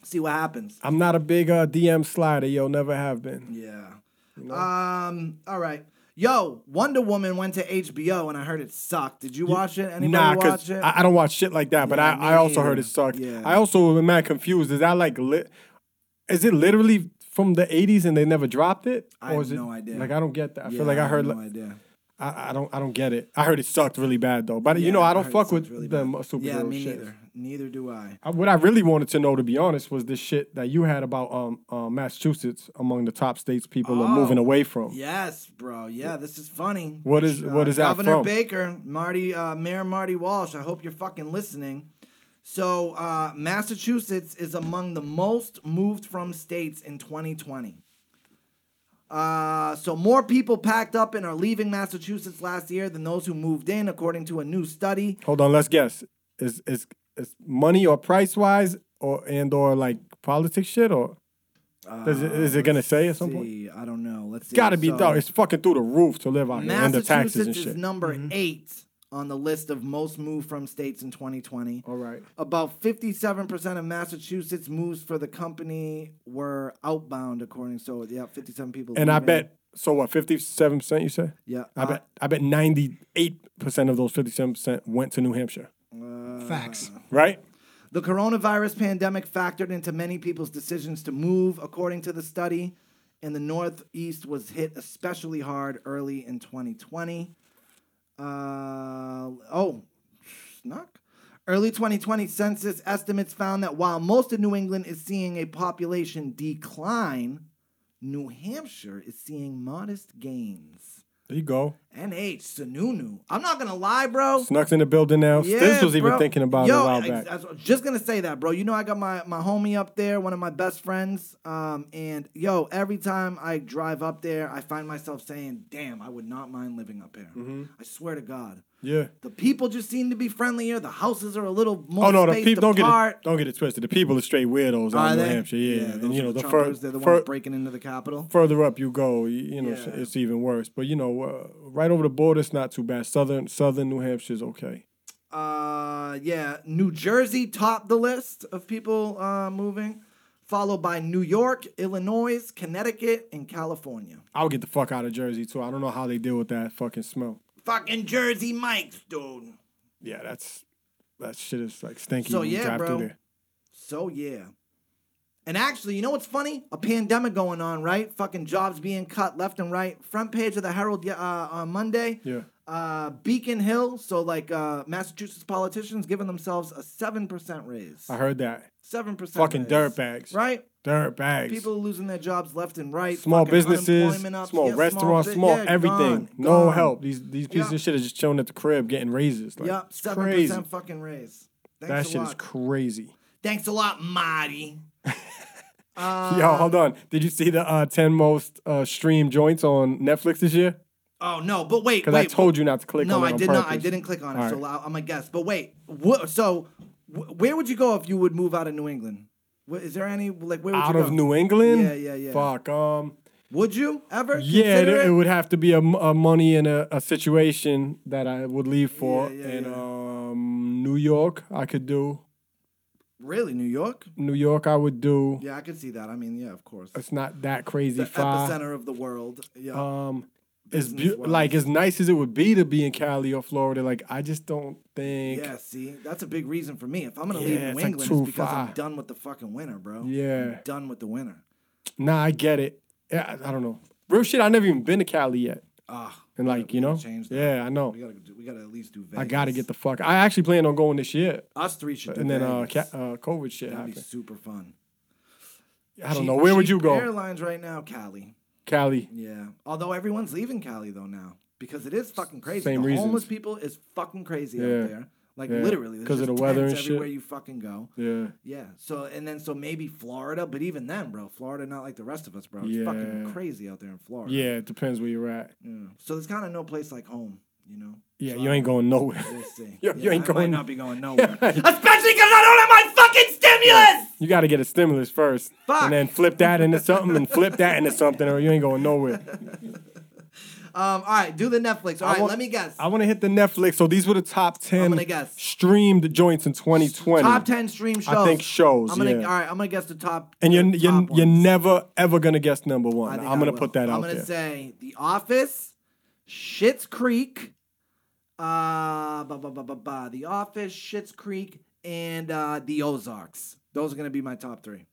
See what happens. I'm not a big uh, DM slider, yo. Never have been. Yeah. Um. All right. Yo, Wonder Woman went to HBO, and I heard it sucked. Did you watch it? Anybody nah, watch cause it? I, I don't watch shit like that. But Yeah, me I, I also neither. heard it sucked. Yeah. I also am mad confused. Is that like lit? Is it literally from the '80s and they never dropped it? I have is it, no idea. Like I don't get that. I Yeah, feel like I, have heard. No like, idea. I, I don't. I don't get it. I heard it sucked really bad though. But you know, Yeah, I don't heard fuck sucks with really them bad. superhero Yeah, me shit. neither. Neither do I. I- What I really wanted to know, to be honest, was this shit that you had about um uh, Massachusetts among the top states people are Oh, moving away from. Yes, bro. Yeah, this is funny. Oh. What is- what is that Governor from? Baker, Marty, uh, Mayor Marty Walsh. I hope you're fucking listening. So, uh, Massachusetts is among the most moved from states in 2020. Uh, so more people packed up and are leaving Massachusetts last year than those who moved in, according to a new study. Hold on, let's guess. Is is is money or price wise or and or like politics shit or does it, is it gonna say at some Uh, point? See, I don't know. Let's see. It's gotta be So- though. It's fucking through the roof to live out here and the taxes and Massachusetts is shit. number eight on the list of most moved from states in 2020. All right. About 57% of Massachusetts moves for the company were outbound, according so yeah, 57 people. And I leaving. bet so what fifty seven percent you said? Yeah, I uh, bet I bet ninety eight percent of those fifty seven percent went to New Hampshire. Facts. Right? the coronavirus pandemic factored into many people's decisions to move, according to the study. And the Northeast was hit especially hard early in 2020. Uh, oh, snuck. Early 2020 census estimates found that while most of New England is seeing a population decline, New Hampshire is seeing modest gains. There you go. NH Sununu. I'm not gonna lie, bro. Snuck's in the building now. Yeah, this was even bro. thinking about Yo, it a while I- back. I, was just gonna say that, bro. You know, I got my my homie up there, one of my best friends. Um, and yo, every time I drive up there, I find myself saying, "Damn, I would not mind living up here." Mm-hmm. I swear to God. yeah. The people just seem to be friendlier. The houses are a little more Oh no, the spaced people don't apart. get it, don't get it twisted. The people are straight weirdos out Are in New they? Hampshire. Yeah, and those you are know the, fir- Trumpers, they're the fir- ones breaking into the Capitol. further up you go, you, you know Yeah. it's even worse. But you know, uh, right over the border, it's not too bad. Southern Southern New Hampshire's okay. Uh, yeah, New Jersey topped the list of people uh, moving, followed by New York, Illinois, Connecticut, and California. I'll get the fuck out of Jersey too. I don't know how they deal with that fucking smell. Fucking Jersey Mike's, dude. Yeah, that's that shit is like stinky. So, when you yeah, drive bro. through there. So yeah. And actually, you know what's funny? A pandemic going on, right? Fucking jobs being cut left and right. Front page of the Herald yeah, uh, on Monday. Yeah. Uh, Beacon Hill. So like uh, Massachusetts politicians giving themselves a seven percent raise. I heard that. Seven percent. Fucking dirtbags. Right. Dirt bags. People are losing their jobs left and right. small Fucking businesses, unemployment up- small yeah, restaurants, bi- small, yeah, everything. gone, no gone. help. These these pieces Yeah. of shit are just chilling at the crib getting raises. Like, Yep, it's seven crazy. percent fucking raise. Thanks That a shit lot. is crazy. Thanks a lot, Marty. Uh, Yo, hold on. Did you see the uh, ten most uh, streamed joints on Netflix this year? Oh no, but wait, Because wait. I told you not to click no, on it. I on did not. I purpose. didn't click on it, All so right. I- I'm a guess. But wait, wh- so wh- where would you go if you would move out of New England? Wh- Is there any like where would Out you go? of New England? Yeah, yeah, yeah. Fuck. Um. Would you ever? Yeah, consider it, it? it would have to be a, m- a money and a, a situation that I would leave for. Yeah, yeah, and yeah. um, New York, I could do. Really, New York? New York, I would do. Yeah, I could see that. I mean, yeah, of course. It's not that crazy. The far. epicenter of the world. Yeah. um as business beau- like as nice as it would be to be in Cali or Florida, like I just don't think. yeah, see, that's a big reason for me. If I'm gonna Yeah, leave it's, New like, England, too it's because I'm far. done with the fucking winter, bro. Yeah. I'm done with the winter. Nah, I get it. Yeah, I, I don't know. Real shit. I never even been to Cali yet, Ah, and like you know. change that. Yeah, I know. we gotta do, we gotta at least do. Vegas. I gotta get the fuck. I actually plan on going this year, us three should. Do and then uh, Vegas. ca- uh COVID shit that'd be happened. super fun. I don't Cheap- know. Where would you cheap go? Airlines right now, Cali. Cali. Yeah. Although everyone's leaving Cali though now because it is fucking crazy. Same the homeless reasons. people is fucking crazy Yeah. out there. Like Yeah. literally, 'Cause because of the weather and shit. everywhere you fucking go. Yeah. Yeah. So and then so maybe Florida, but even then, bro, Florida not like the rest of us, bro. It's Yeah. fucking crazy out there in Florida. Yeah, it depends where you're at. Yeah. Mm. So there's kind of no place like home, you know. Yeah, you ain't going nowhere. We'll see. Yo, you Yeah, ain't I might going- not be going nowhere, especially because I don't have my fucking stimulus. You got to get a stimulus first, Fuck. and then flip that into something, and flip that into something, or you ain't going nowhere. Um. All right, do the Netflix. All right, want- let me guess. I want to hit the Netflix. So these were the top 10 gonna guess. streamed joints in 2020. Top ten stream shows. I think shows, I'm gonna. yeah. All right, I'm gonna guess the top. And you're, the you're, top you're ones. never, ever going to guess number I one. think I'm I going will. to put that I'm out gonna there. say The Office, Shit's Creek, uh, ba ba ba ba ba. The Office, Shit's Creek, and uh, The Ozarks. Those are gonna be my top three.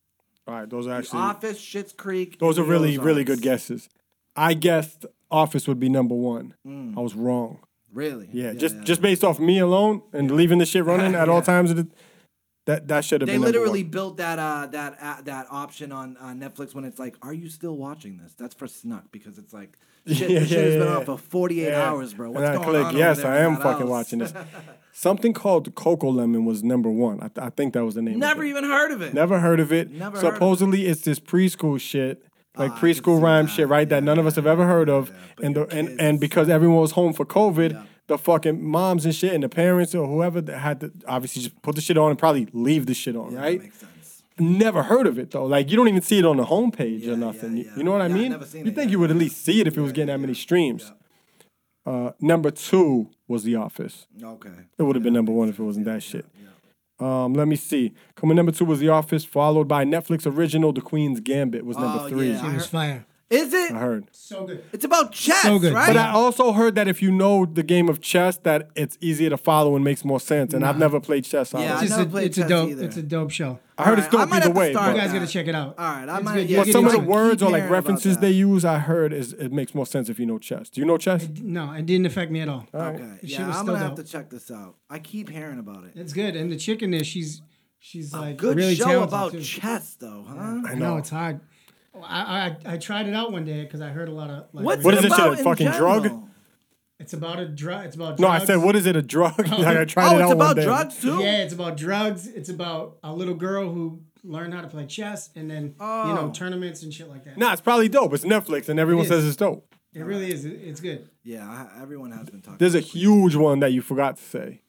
All right, those are The actually, Office, Shit's Creek. those are and The really, really Ozarks. good guesses. I guessed Office would be number one. Mm. I was wrong. Really? Yeah, just yeah. just based off me alone and leaving the shit running at all times, of the, that that should have They been number literally one. built that uh, that uh, that option on uh, Netflix when it's like, "Are you still watching this?" That's for snuck because it's like, "Shit, Yeah, this yeah, shit has been yeah, on for forty eight Yeah. hours, bro." And What's I going click, on? over Yes, there I in am that fucking house?" watching this. Something called Coco Lemon was number one. I, th- I think that was the name. of Never it. even heard of it. Never heard of it. Never heard of it. Supposedly it's this preschool shit, like Ah, I can preschool see rhyme that. shit, right? that none of us have ever heard of. but and the, your and kids- and because everyone was home for COVID, the fucking moms and shit and the parents or whoever that had to obviously just put the shit on and probably leave the shit on, Yeah, that right? makes sense. Never heard of it though. Like you don't even see it on the homepage Yeah, or nothing. yeah, You- yeah. You know what I Yeah, I mean? never seen you it, think yeah, you would at least see it if it was getting that many streams. Uh, number two was The Office. Okay. It would have been number one if it wasn't that shit. Um, let me see. Coming number two was The Office, followed by Netflix original The Queen's Gambit was number Oh, three. yeah. It was fire. Is it? I heard. So good. It's about chess, So good. right? Uh-huh. But I also heard that if you know the game of chess, that it's easier to follow and makes more sense. And I've never played chess. Yeah, Yeah, I It's, just never a, played it's a chess dope. either. It's a dope show. I heard it's Alright, I dope might either have to way. start but- You guys Yeah. gotta check it out. All right, I It's might- yeah, good. You you But get some of into the might it. words or keep like hearing about references that. they use, I heard is it makes more sense if you know chess. Do you know chess? No, it didn't affect me at all. Okay. She Yeah, was I'm still gonna have to dope. check this out. I keep hearing about it. It's good. And the chicken there, she's she's like Good really show talented about too. chess, though, huh? I know it's hard. I, I I tried it out one day because I heard a lot of like. What's What it is this shit, about a in fucking drug? general? It's about a drug. It's about drugs. No, I said, what is it? A drug? like I tried oh, it it's out one about day. drugs too. Yeah, it's about drugs. It's about a little girl who learned how to play chess and then you Oh. know tournaments and shit like that. Nah, it's probably dope. It's Netflix, and everyone It says is. it's dope. It really is. It- It's good. Yeah, I- everyone has been talking. There's a huge one that you forgot to say.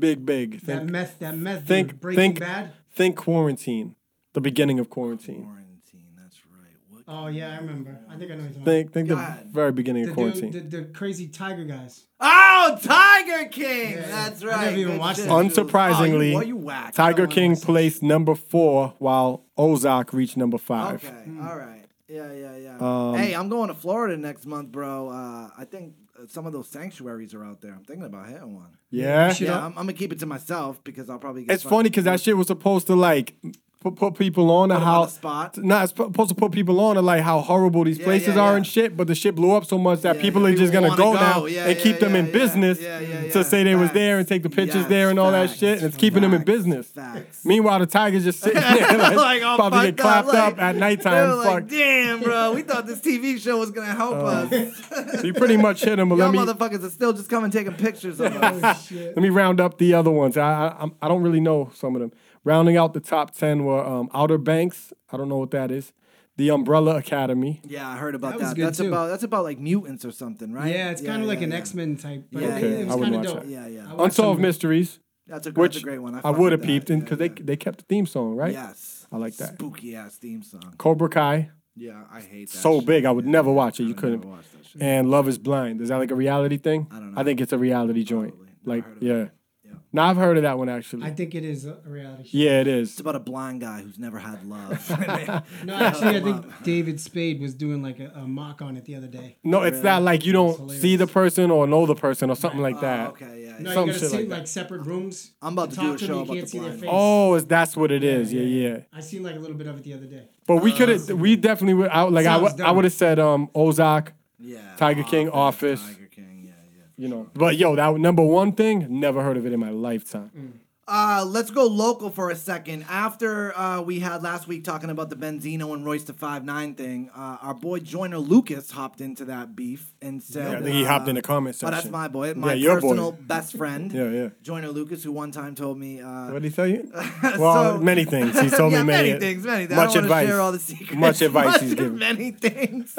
Big, big. That Think, meth. That meth. think, Think. Breaking think, Bad. think quarantine. The beginning of quarantine. quarantine. That's right. What? Oh yeah, I remember. I think I know what you're Think, think God. the very beginning of talking about. The, quarantine. dude, the, the crazy tiger guys. Oh, Tiger King. yeah. That's I right. never even Good watched shit. that. Un- Oh, Unsurprisingly, you- well, you whack. I Tiger don't wanna King watch that. placed number four, while Ozark reached number five. Okay. All right. Yeah, yeah, yeah. Um, hey, I'm going to Florida next month, bro. Uh, I think uh, some of those sanctuaries are out there. I'm thinking about hitting one. Yeah, Yeah, I'm, I'm gonna keep it to myself because I'll probably get. it's funny because that shit was supposed to like put, put people on to 'em on how the spot. Nah, it's supposed to put people on to like how horrible these Yeah, places yeah, are yeah. and shit. But the shit blew up so much that Yeah, people yeah, are just people gonna go, wanna now go. Yeah, and yeah, keep them in yeah, yeah. business Yeah, yeah, to yeah. say they was there and Facts. take the pictures Yes, there and all that facts, shit, and it's keeping them in facts, business. facts. Meanwhile, the tiger's just sitting there, like, all probably get fucked up, "Oh, like- clapped up, at They were nighttime. like, Fuck, Oh. damn, bro, we thought this TV show was gonna help us. So you pretty much hit him. But Y'all let me motherfuckers are still just coming taking pictures of us. Shit. Let me round up the other ones. I I, I'm- I don't really know some of them. Rounding out the top ten were um, Outer Banks. I don't know what that is. The Umbrella Academy. yeah, I heard about That that. was good, That's too. about that's about like mutants or something, right? Yeah, it's kind of like yeah, an yeah. X Men type. But Yeah, it, Okay, it I was wouldn't kind of watch dope. that. Yeah, yeah. I watched Unsolved some- Mysteries, That's a, that's which a great one. I, I fuck would with have that. peeped in Yeah, because yeah. they they kept the theme song right. Yes. I like that. Spooky ass theme song. Cobra Kai, Yeah, I hate that. so shit. big I would never watch it. You would couldn't. never watch that shit. And Love Is Blind. Is that like a reality thing? I don't I know. think it's a reality joint. Probably. Never Like heard of it. yeah. Yeah. Now I've heard of that one actually. I think it is a a reality show. yeah, it is. It's about a blind guy who's never had love. No, actually, I think David Spade was doing like a, a mock on it the other day. No, it's not like you don't hilarious. see the person or know the person or something like that. Oh, okay, yeah. No, yeah. Some you gotta shit sit like in that. like separate rooms. I'm about to talk do a them, show you about can't the see their blind. face. Oh, is that's what it is? Yeah, yeah. I seen like a little bit of it the other day. But Oh, we could have. We definitely would. I, like I, Sounds would- I dumb. would have said um Ozark, yeah. Tiger King, Office. Tiger King, yeah, yeah. You know. But yo, that number one thing. Never heard of it in my lifetime. Mm. Uh, let's go local for a second. After uh, we had last week talking about the Benzino and Royce to five nine thing, uh, our boy Joyner Lucas hopped into that beef and said, Yeah, I think he hopped in the comment Oh, section. that's my boy, my Yeah, your boy. personal best friend. Yeah, yeah. Joyner Lucas, who one time told me, uh, What did he tell you? Well, So- many things. He told yeah, me many, things, many things. I Much don't want advice. to share all the secrets. Much advice he's Much- given. Many things.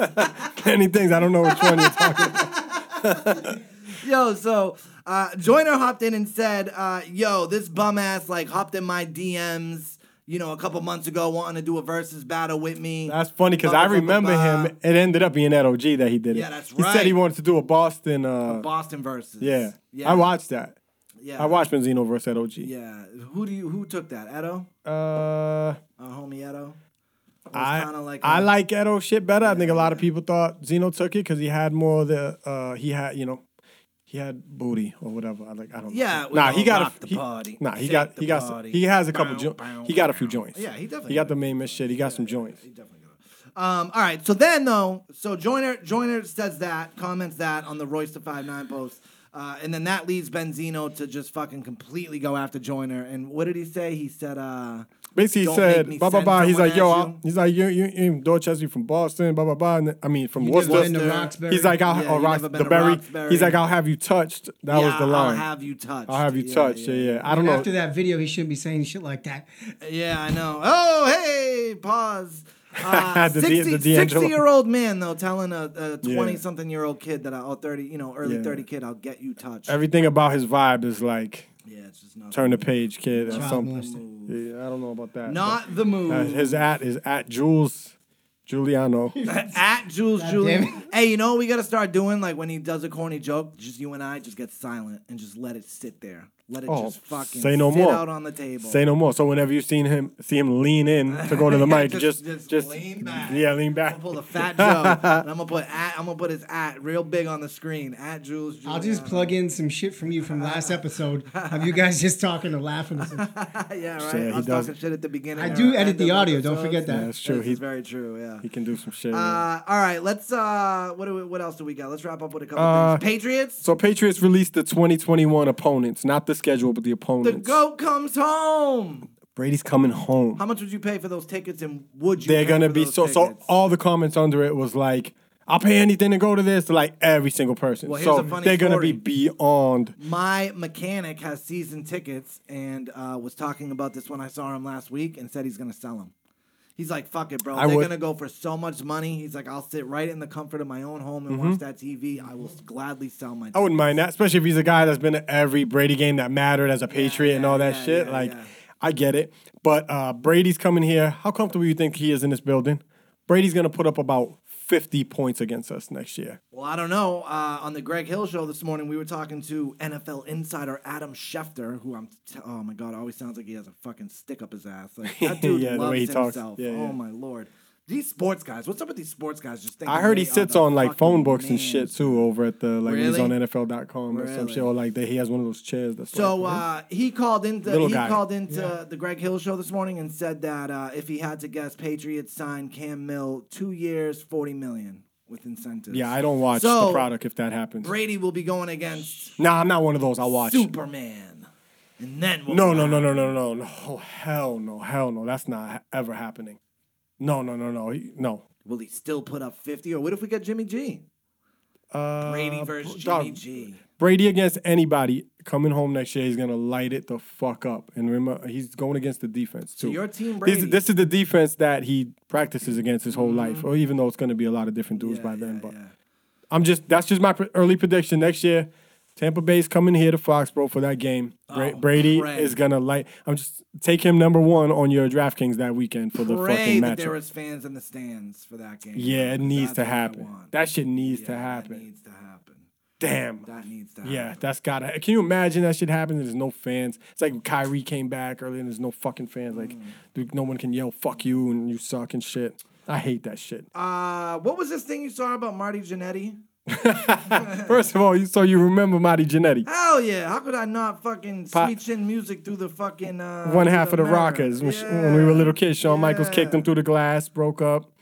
Many things. I don't know which one you're talking. about. yo, so uh, Joyner hopped in and said, uh, yo, this bum ass like hopped in my DMs, you know, a couple months ago wanting to do a versus battle with me. That's funny because I Blah, blah, blah, remember blah, him. It ended up being at OG that he did it. Yeah, that's He said he right. wanted to do a Boston. Uh, blah. Boston versus. yeah. yeah. I watched that. Yeah, I watched Benzino versus at OG. Yeah, who do you who took that? Edo, Uh, our homie Edo. It was I kinda like I a- like Edo shit better. I think a lot of people thought Zeno took it because he had more of the uh he had you know he had booty or whatever. I like I don't Yeah, know. we Nah, gonna he got a, rock the he- party, Nah, he shake got the he got some- party. he has a couple Bow, joints. bow, He got a few joints. Yeah, he definitely he got got the main miss shit. He got some joints. He definitely got it. Um, all right, so then though, so Joyner Joyner says that, comments that on the Royce to five nine post, uh, and then that leads Benzino to just fucking completely go after Joyner. And what did he say? He said, uh, Basically, "Don't he make said me blah blah send blah. He's someone like yo, at I, you." he's like you you you Dorchester you from Boston blah blah blah. And, I mean from You never been to Worcester. Roxbury. He's like I'll Yeah, or you never Rox- been the to Berry. Roxbury. He's like I'll have you touched. That was yeah, the line. I'll have you touched. I'll have you touched. Yeah, yeah. I don't know. After that video, he shouldn't be saying shit like that. Yeah, I know. Oh, hey, pause. Uh, The 60, D- the D'Angelo. 60 year old man though telling a- a 20 Yeah. something year old kid that I, or 30 you know early Yeah. 30 kid I'll get you touched Everything about his vibe is like yeah it's just not turn the page, kid, or Child something. Yeah, I don't know about that. not the move but, uh, his at is at Jules Giuliano. at Jules God Julie. damn Hey, you know what we gotta start doing? Like when he does a corny joke, just you and I just get silent and just let it sit there. Let it Oh, just fucking say no sit more. out on the table. Say no more. So whenever you seen him, see him lean in to go to the mic, just, just just, just, lean back. yeah, lean back. I'm gonna pull a fat Joe, and I'm gonna put at, I'm gonna put his at real big on the screen. At Jules. I'll just Juliana. plug in some shit from you from last episode of you guys just talking and laughing. or some- yeah, right. Yeah, he I was does. talking shit at the beginning. I or do end edit the of audio. Don't episodes. forget that. That's true. This He is very true. Yeah. he can do some shit. yeah. Uh, all right, let's. Uh, what do we, what else do we got? Let's wrap up with a couple Uh, things. Patriots. so Patriots released the 2021 opponents, not the schedule, but the the opponents. goat comes home. Brady's coming home. How much would you pay for those tickets, and would you? They're pay gonna for be those so. So tickets? all the comments under it was like, I'll pay anything to go to this to like every single person. Well, here's so a funny they're gonna be story. beyond. My mechanic has season tickets and uh, was talking about this when I saw him last week and said he's gonna sell them. He's like, "Fuck it, bro. I They're would- gonna go for so much money." He's like, "I'll sit right in the comfort of my own home Mm-hmm. and watch that TV. I will gladly sell my." I wouldn't mind that, especially if he's a guy that's been to every Brady game that mattered as a Patriot and yeah, all that yeah, shit. yeah, like, yeah. I get it. But uh, Brady's coming here. How comfortable you think he is in this building? Brady's gonna put up about fifty points against us next year. Well, I don't know. Uh, on the Greg Hill show this morning, we were talking to NFL insider Adam Schefter, who I'm. T- oh my god, always sounds like he has a fucking stick up his ass. Like that dude Yeah, the loves way he talks. himself. Yeah, oh yeah. my lord, these sports guys. What's up with these sports guys? Just thinking I heard he they are sits the on like phone fucking books and man. shit too over at the like when he's Really? on NFL.com or some Really? shit or like that he has one of those chairs that's So like, uh, he called into Little he guy. called into the Greg Hill show this morning and said that uh, if he had to guess, Patriots signed Cam Mill two years, forty million with incentives. yeah I don't watch So- the product if that happens. Brady will be going against nah, I'm not one of those. I watch. Superman, and then we'll No, no, no, no, no, no, no. Oh, hell no, hell no. That's not ha- ever happening. No, no, no, no, He- no. Will he still put up 50? Or what if we get Jimmy G? Uh, Brady versus bro, Jimmy dog, G. Brady against anybody coming home next year, he's gonna light it the fuck up. And remember, he's going against the defense too. your team, Brady. This, this is the defense that he practices against his whole life. Or even though it's gonna be a lot of different dudes Mm-hmm. Yeah, by then, yeah, but yeah. I'm just that's just my pre- early prediction next year. Tampa Bay's coming here to Foxborough for that game. Bra- Oh, Brady pray. is gonna light. I'm just take him number one on your DraftKings that weekend for the Pray fucking that matchup. there was fans in the stands for that game. yeah, it That's needs what to I happen. want. That shit needs Yeah, to happen. That needs to happen. Damn. That needs to happen. yeah, that's gotta. Can you imagine that shit happened? There's no fans. It's like when Kyrie came back early and there's no fucking fans. Mm. Like, dude, no one can yell "fuck you" and you suck and shit. I hate that shit. Uh, what was this thing you saw about Marty Jannetty? First of all, you so you remember Marty Jannetty, Hell yeah! How could I not fucking Pa- sweet chin music through the fucking uh, one through half of the mirror? Rockers when, sh Yeah. when we were little kids. Shawn Michaels Yeah. kicked him through the glass, broke up,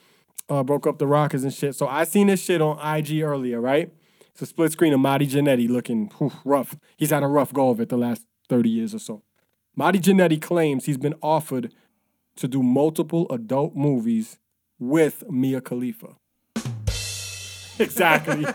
uh, broke up the Rockers and shit. So I seen this shit on IG earlier, right? It's a split screen of Marty Jannetty looking whew, rough. He's had a rough go of it the last thirty years or so. Marty Jannetty claims he's been offered to do multiple adult movies with Mia Khalifa. Exactly.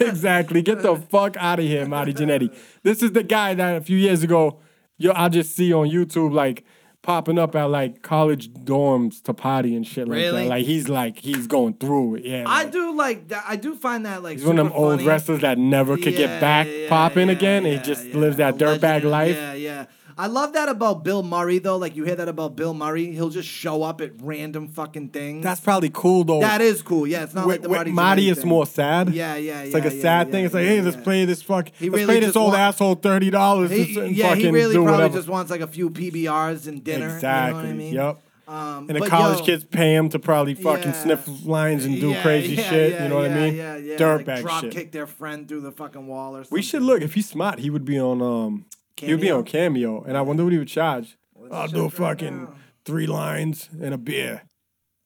exactly. Get the fuck out of here, Marty Jannetty. This is the guy that a few years ago, yo, I just see on YouTube like popping up at like college dorms to potty and shit like Really? that. Like he's like he's going through it. Yeah. I like, do like that. I do find that like He's one of them super old funny. wrestlers that never could Yeah, get back yeah, popping yeah, again. and yeah, he just yeah. lives that A dirtbag legend. life. Yeah, yeah. I love that about Bill Murray though. Like you hear that about Bill Murray, he'll just show up at random fucking things. That's probably cool though. that is cool. Yeah, it's not with, like the with Marty. Marty, Jannetty it's thing. more sad. Yeah, yeah, It's like a yeah, sad yeah, thing. It's yeah, like, hey, yeah, let's yeah. play this fuck. He let's really play this just old wa- asshole thirty dollars. He, and yeah, fucking he really do probably whatever. just wants like a few PBRs and dinner. you know what I Exactly. mean? Yep. Um, and the but college yo- kids pay him to probably fucking Yeah. sniff lines and do Yeah, crazy yeah, shit. yeah, you know what yeah, I mean? Yeah, yeah. Dirtbag like, drop shit. kick their friend through the fucking wall or something. We should look. If he's smart, he would be on. Um, he would be Cameo? on cameo, and I wonder what he would charge. I'll do a fucking three lines and a beer.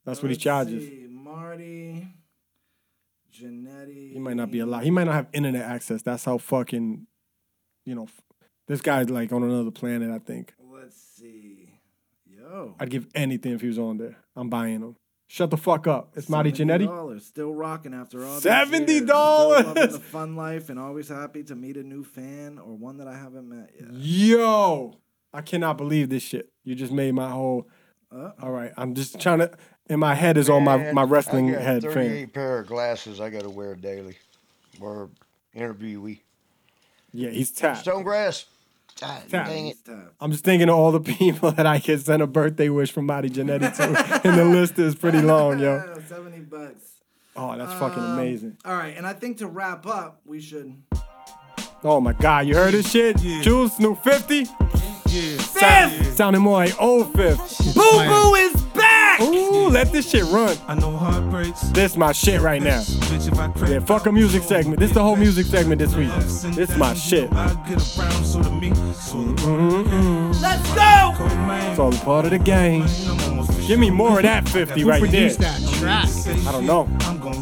That's what he Let's charges. see, Marty, Janetti. He might not be allowed. He might not have internet access. That's how fucking, you know, f- this guy's like on another planet. I think Let's see. Yo. I'd give anything if he was on there. I'm buying him. Shut the fuck up. It's Marty $70, Jannetty. Still rocking after all. these $70? years. Still loving the fun life and always happy to meet a new fan or one that I haven't met yet. Yo, I cannot believe this shit. You just made my whole. all right, I'm just trying to. And my head is on my, my wrestling Uh-huh. I got head fan. 38 pair of glasses I got to wear daily or interviewee. Yeah, he's tapped. Stone grass. God, Tap. dang it. It's tough. I'm just thinking of all the people that I could send a birthday wish from Marty Jannetty to, and the list is pretty long, yo. Oh, 70 bucks. Oh, that's fucking Um, amazing. All right, and I think to wrap up, we should. Oh my God, you heard this shit? Juice, new 50? Fifth! Sounding more like old 50. Boo Boo is back! Ooh, let this shit run. I know heartbreaks. This my shit right now. Bitch, if I crave Yeah, fuck a music segment. This the whole music segment this week. ups and This my downs, shit. you know I get around, so to me, so to Let's go! It's all a part of the game. Mm-hmm. Give me more of that 50 right there. Produced that track. I don't know.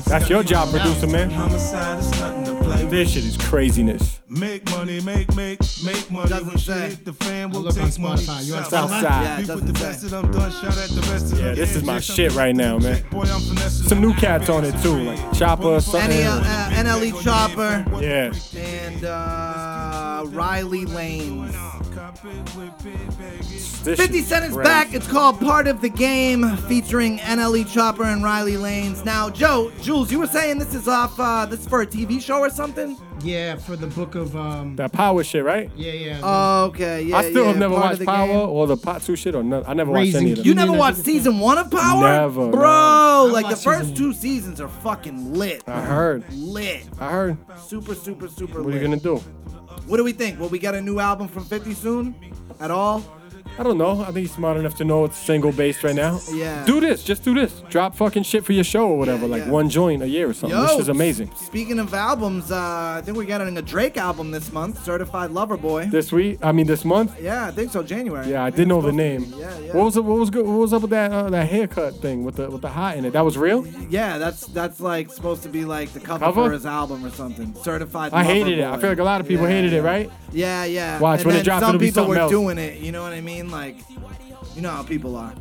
That's your job, producer man. Homicide is nothing to play with. This shit is craziness. Make money, make, make, make money. Doesn't when say. shit hit the fan, we'll look on take money. Spotify. You on Spotify? Yeah, it Beef with doesn't the say. best that I'm done. Shout at the rest of Yeah, them. this is my Bitch, I'm shit right now, man. Boy, I'm finessing Some new the cats on it too, like Chopper or something. NL, uh, NLE Chopper Yeah. and uh, Riley Lanes. This 50 shit Cent is crazy. back. It's called Part of the Game, featuring NLE Chopper and Riley Lanes. Now, Joe, Jules, you were saying this is off, uh, this is for a TV show or something? Yeah, for the book of um. That power shit, right? Yeah, yeah. Oh, Oh, Okay, yeah. I still yeah, have never Part of watched the Power Game. or the Patsu shit or none. I never watched Raising any of them. You Me never neither. watched season one of Power? Never, Bro, no. like the I've watched first season two seasons are fucking lit. I heard. Lit. I heard. Super, super, super What are lit. you gonna do? What do we think? Will we get a new album from 50 soon? At all? I don't know. I think he's smart enough to know it's single based right now. Yeah. Do this. Just do this. Drop fucking shit for your show or whatever. Yeah, like yeah. one joint a year or something. this is amazing. s- Speaking of albums, uh, I think we're getting a Drake album this month, Certified Lover Boy. This week. I mean, this month. Yeah, I think so. January. Yeah, I think did know it's the supposed name. to be. Yeah, yeah. What was it? What was good? What was up with that uh, that haircut thing with the with the hot in it? That was real. yeah, that's that's like supposed to be like the cover, Cover? for his album or something. Certified. I Lover hated it. I Boy. feel like a lot of people Yeah, hated yeah. it, right? Yeah, yeah. Watch, and when it then drops, some it'll be people something were else. doing it. You know what I mean? Like, you know how people are.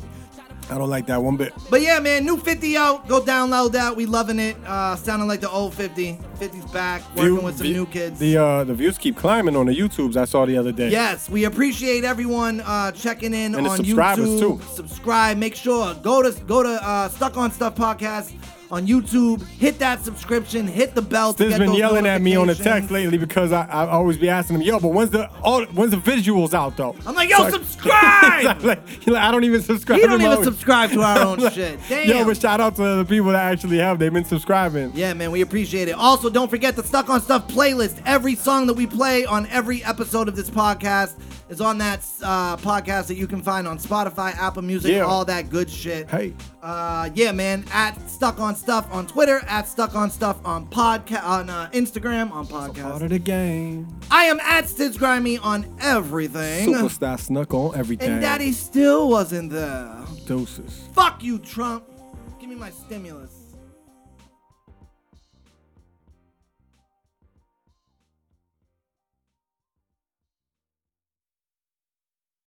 I don't like that one bit. But yeah, man, new 50 out. Go download that. We loving it. Uh, sounding like the old 50. 50's back. Working with some new kids. The uh, the views keep climbing on the YouTubes I saw the other day. Yes, we appreciate everyone uh, checking in And the on subscribers, YouTube. too. Subscribe. Make sure go to go to uh, Stuck on Stuff podcast on YouTube. Hit that subscription. Hit the bell. to He's get been those yelling at me on the notifications. text lately because I, I always be asking him, yo, but when's the all, when's the visuals out though? I'm like, yo, I- subscribe! He's like, he's like, I don't even subscribe. He to don't my even own- subscribe to our own Like, shit. Damn. Yo, but shout out to the people that actually have. They've been subscribing. Yeah, man, we appreciate it. Also, don't forget the Stuck on Stuff playlist. Every song that we play on every episode of this podcast is on that uh, podcast that you can find on Spotify, Apple Music, Yeah. all that good shit. Hey. Uh, yeah, man. At Stuck on Stuff on Twitter, at Stuck on Stuff on podcast on uh, Instagram, on Out podcast. of the game. I am at Stiz Grimy on everything. Superstar snuck on everything. And Daddy still wasn't there. Doses. Fuck you, Trump. Give me my stimulus.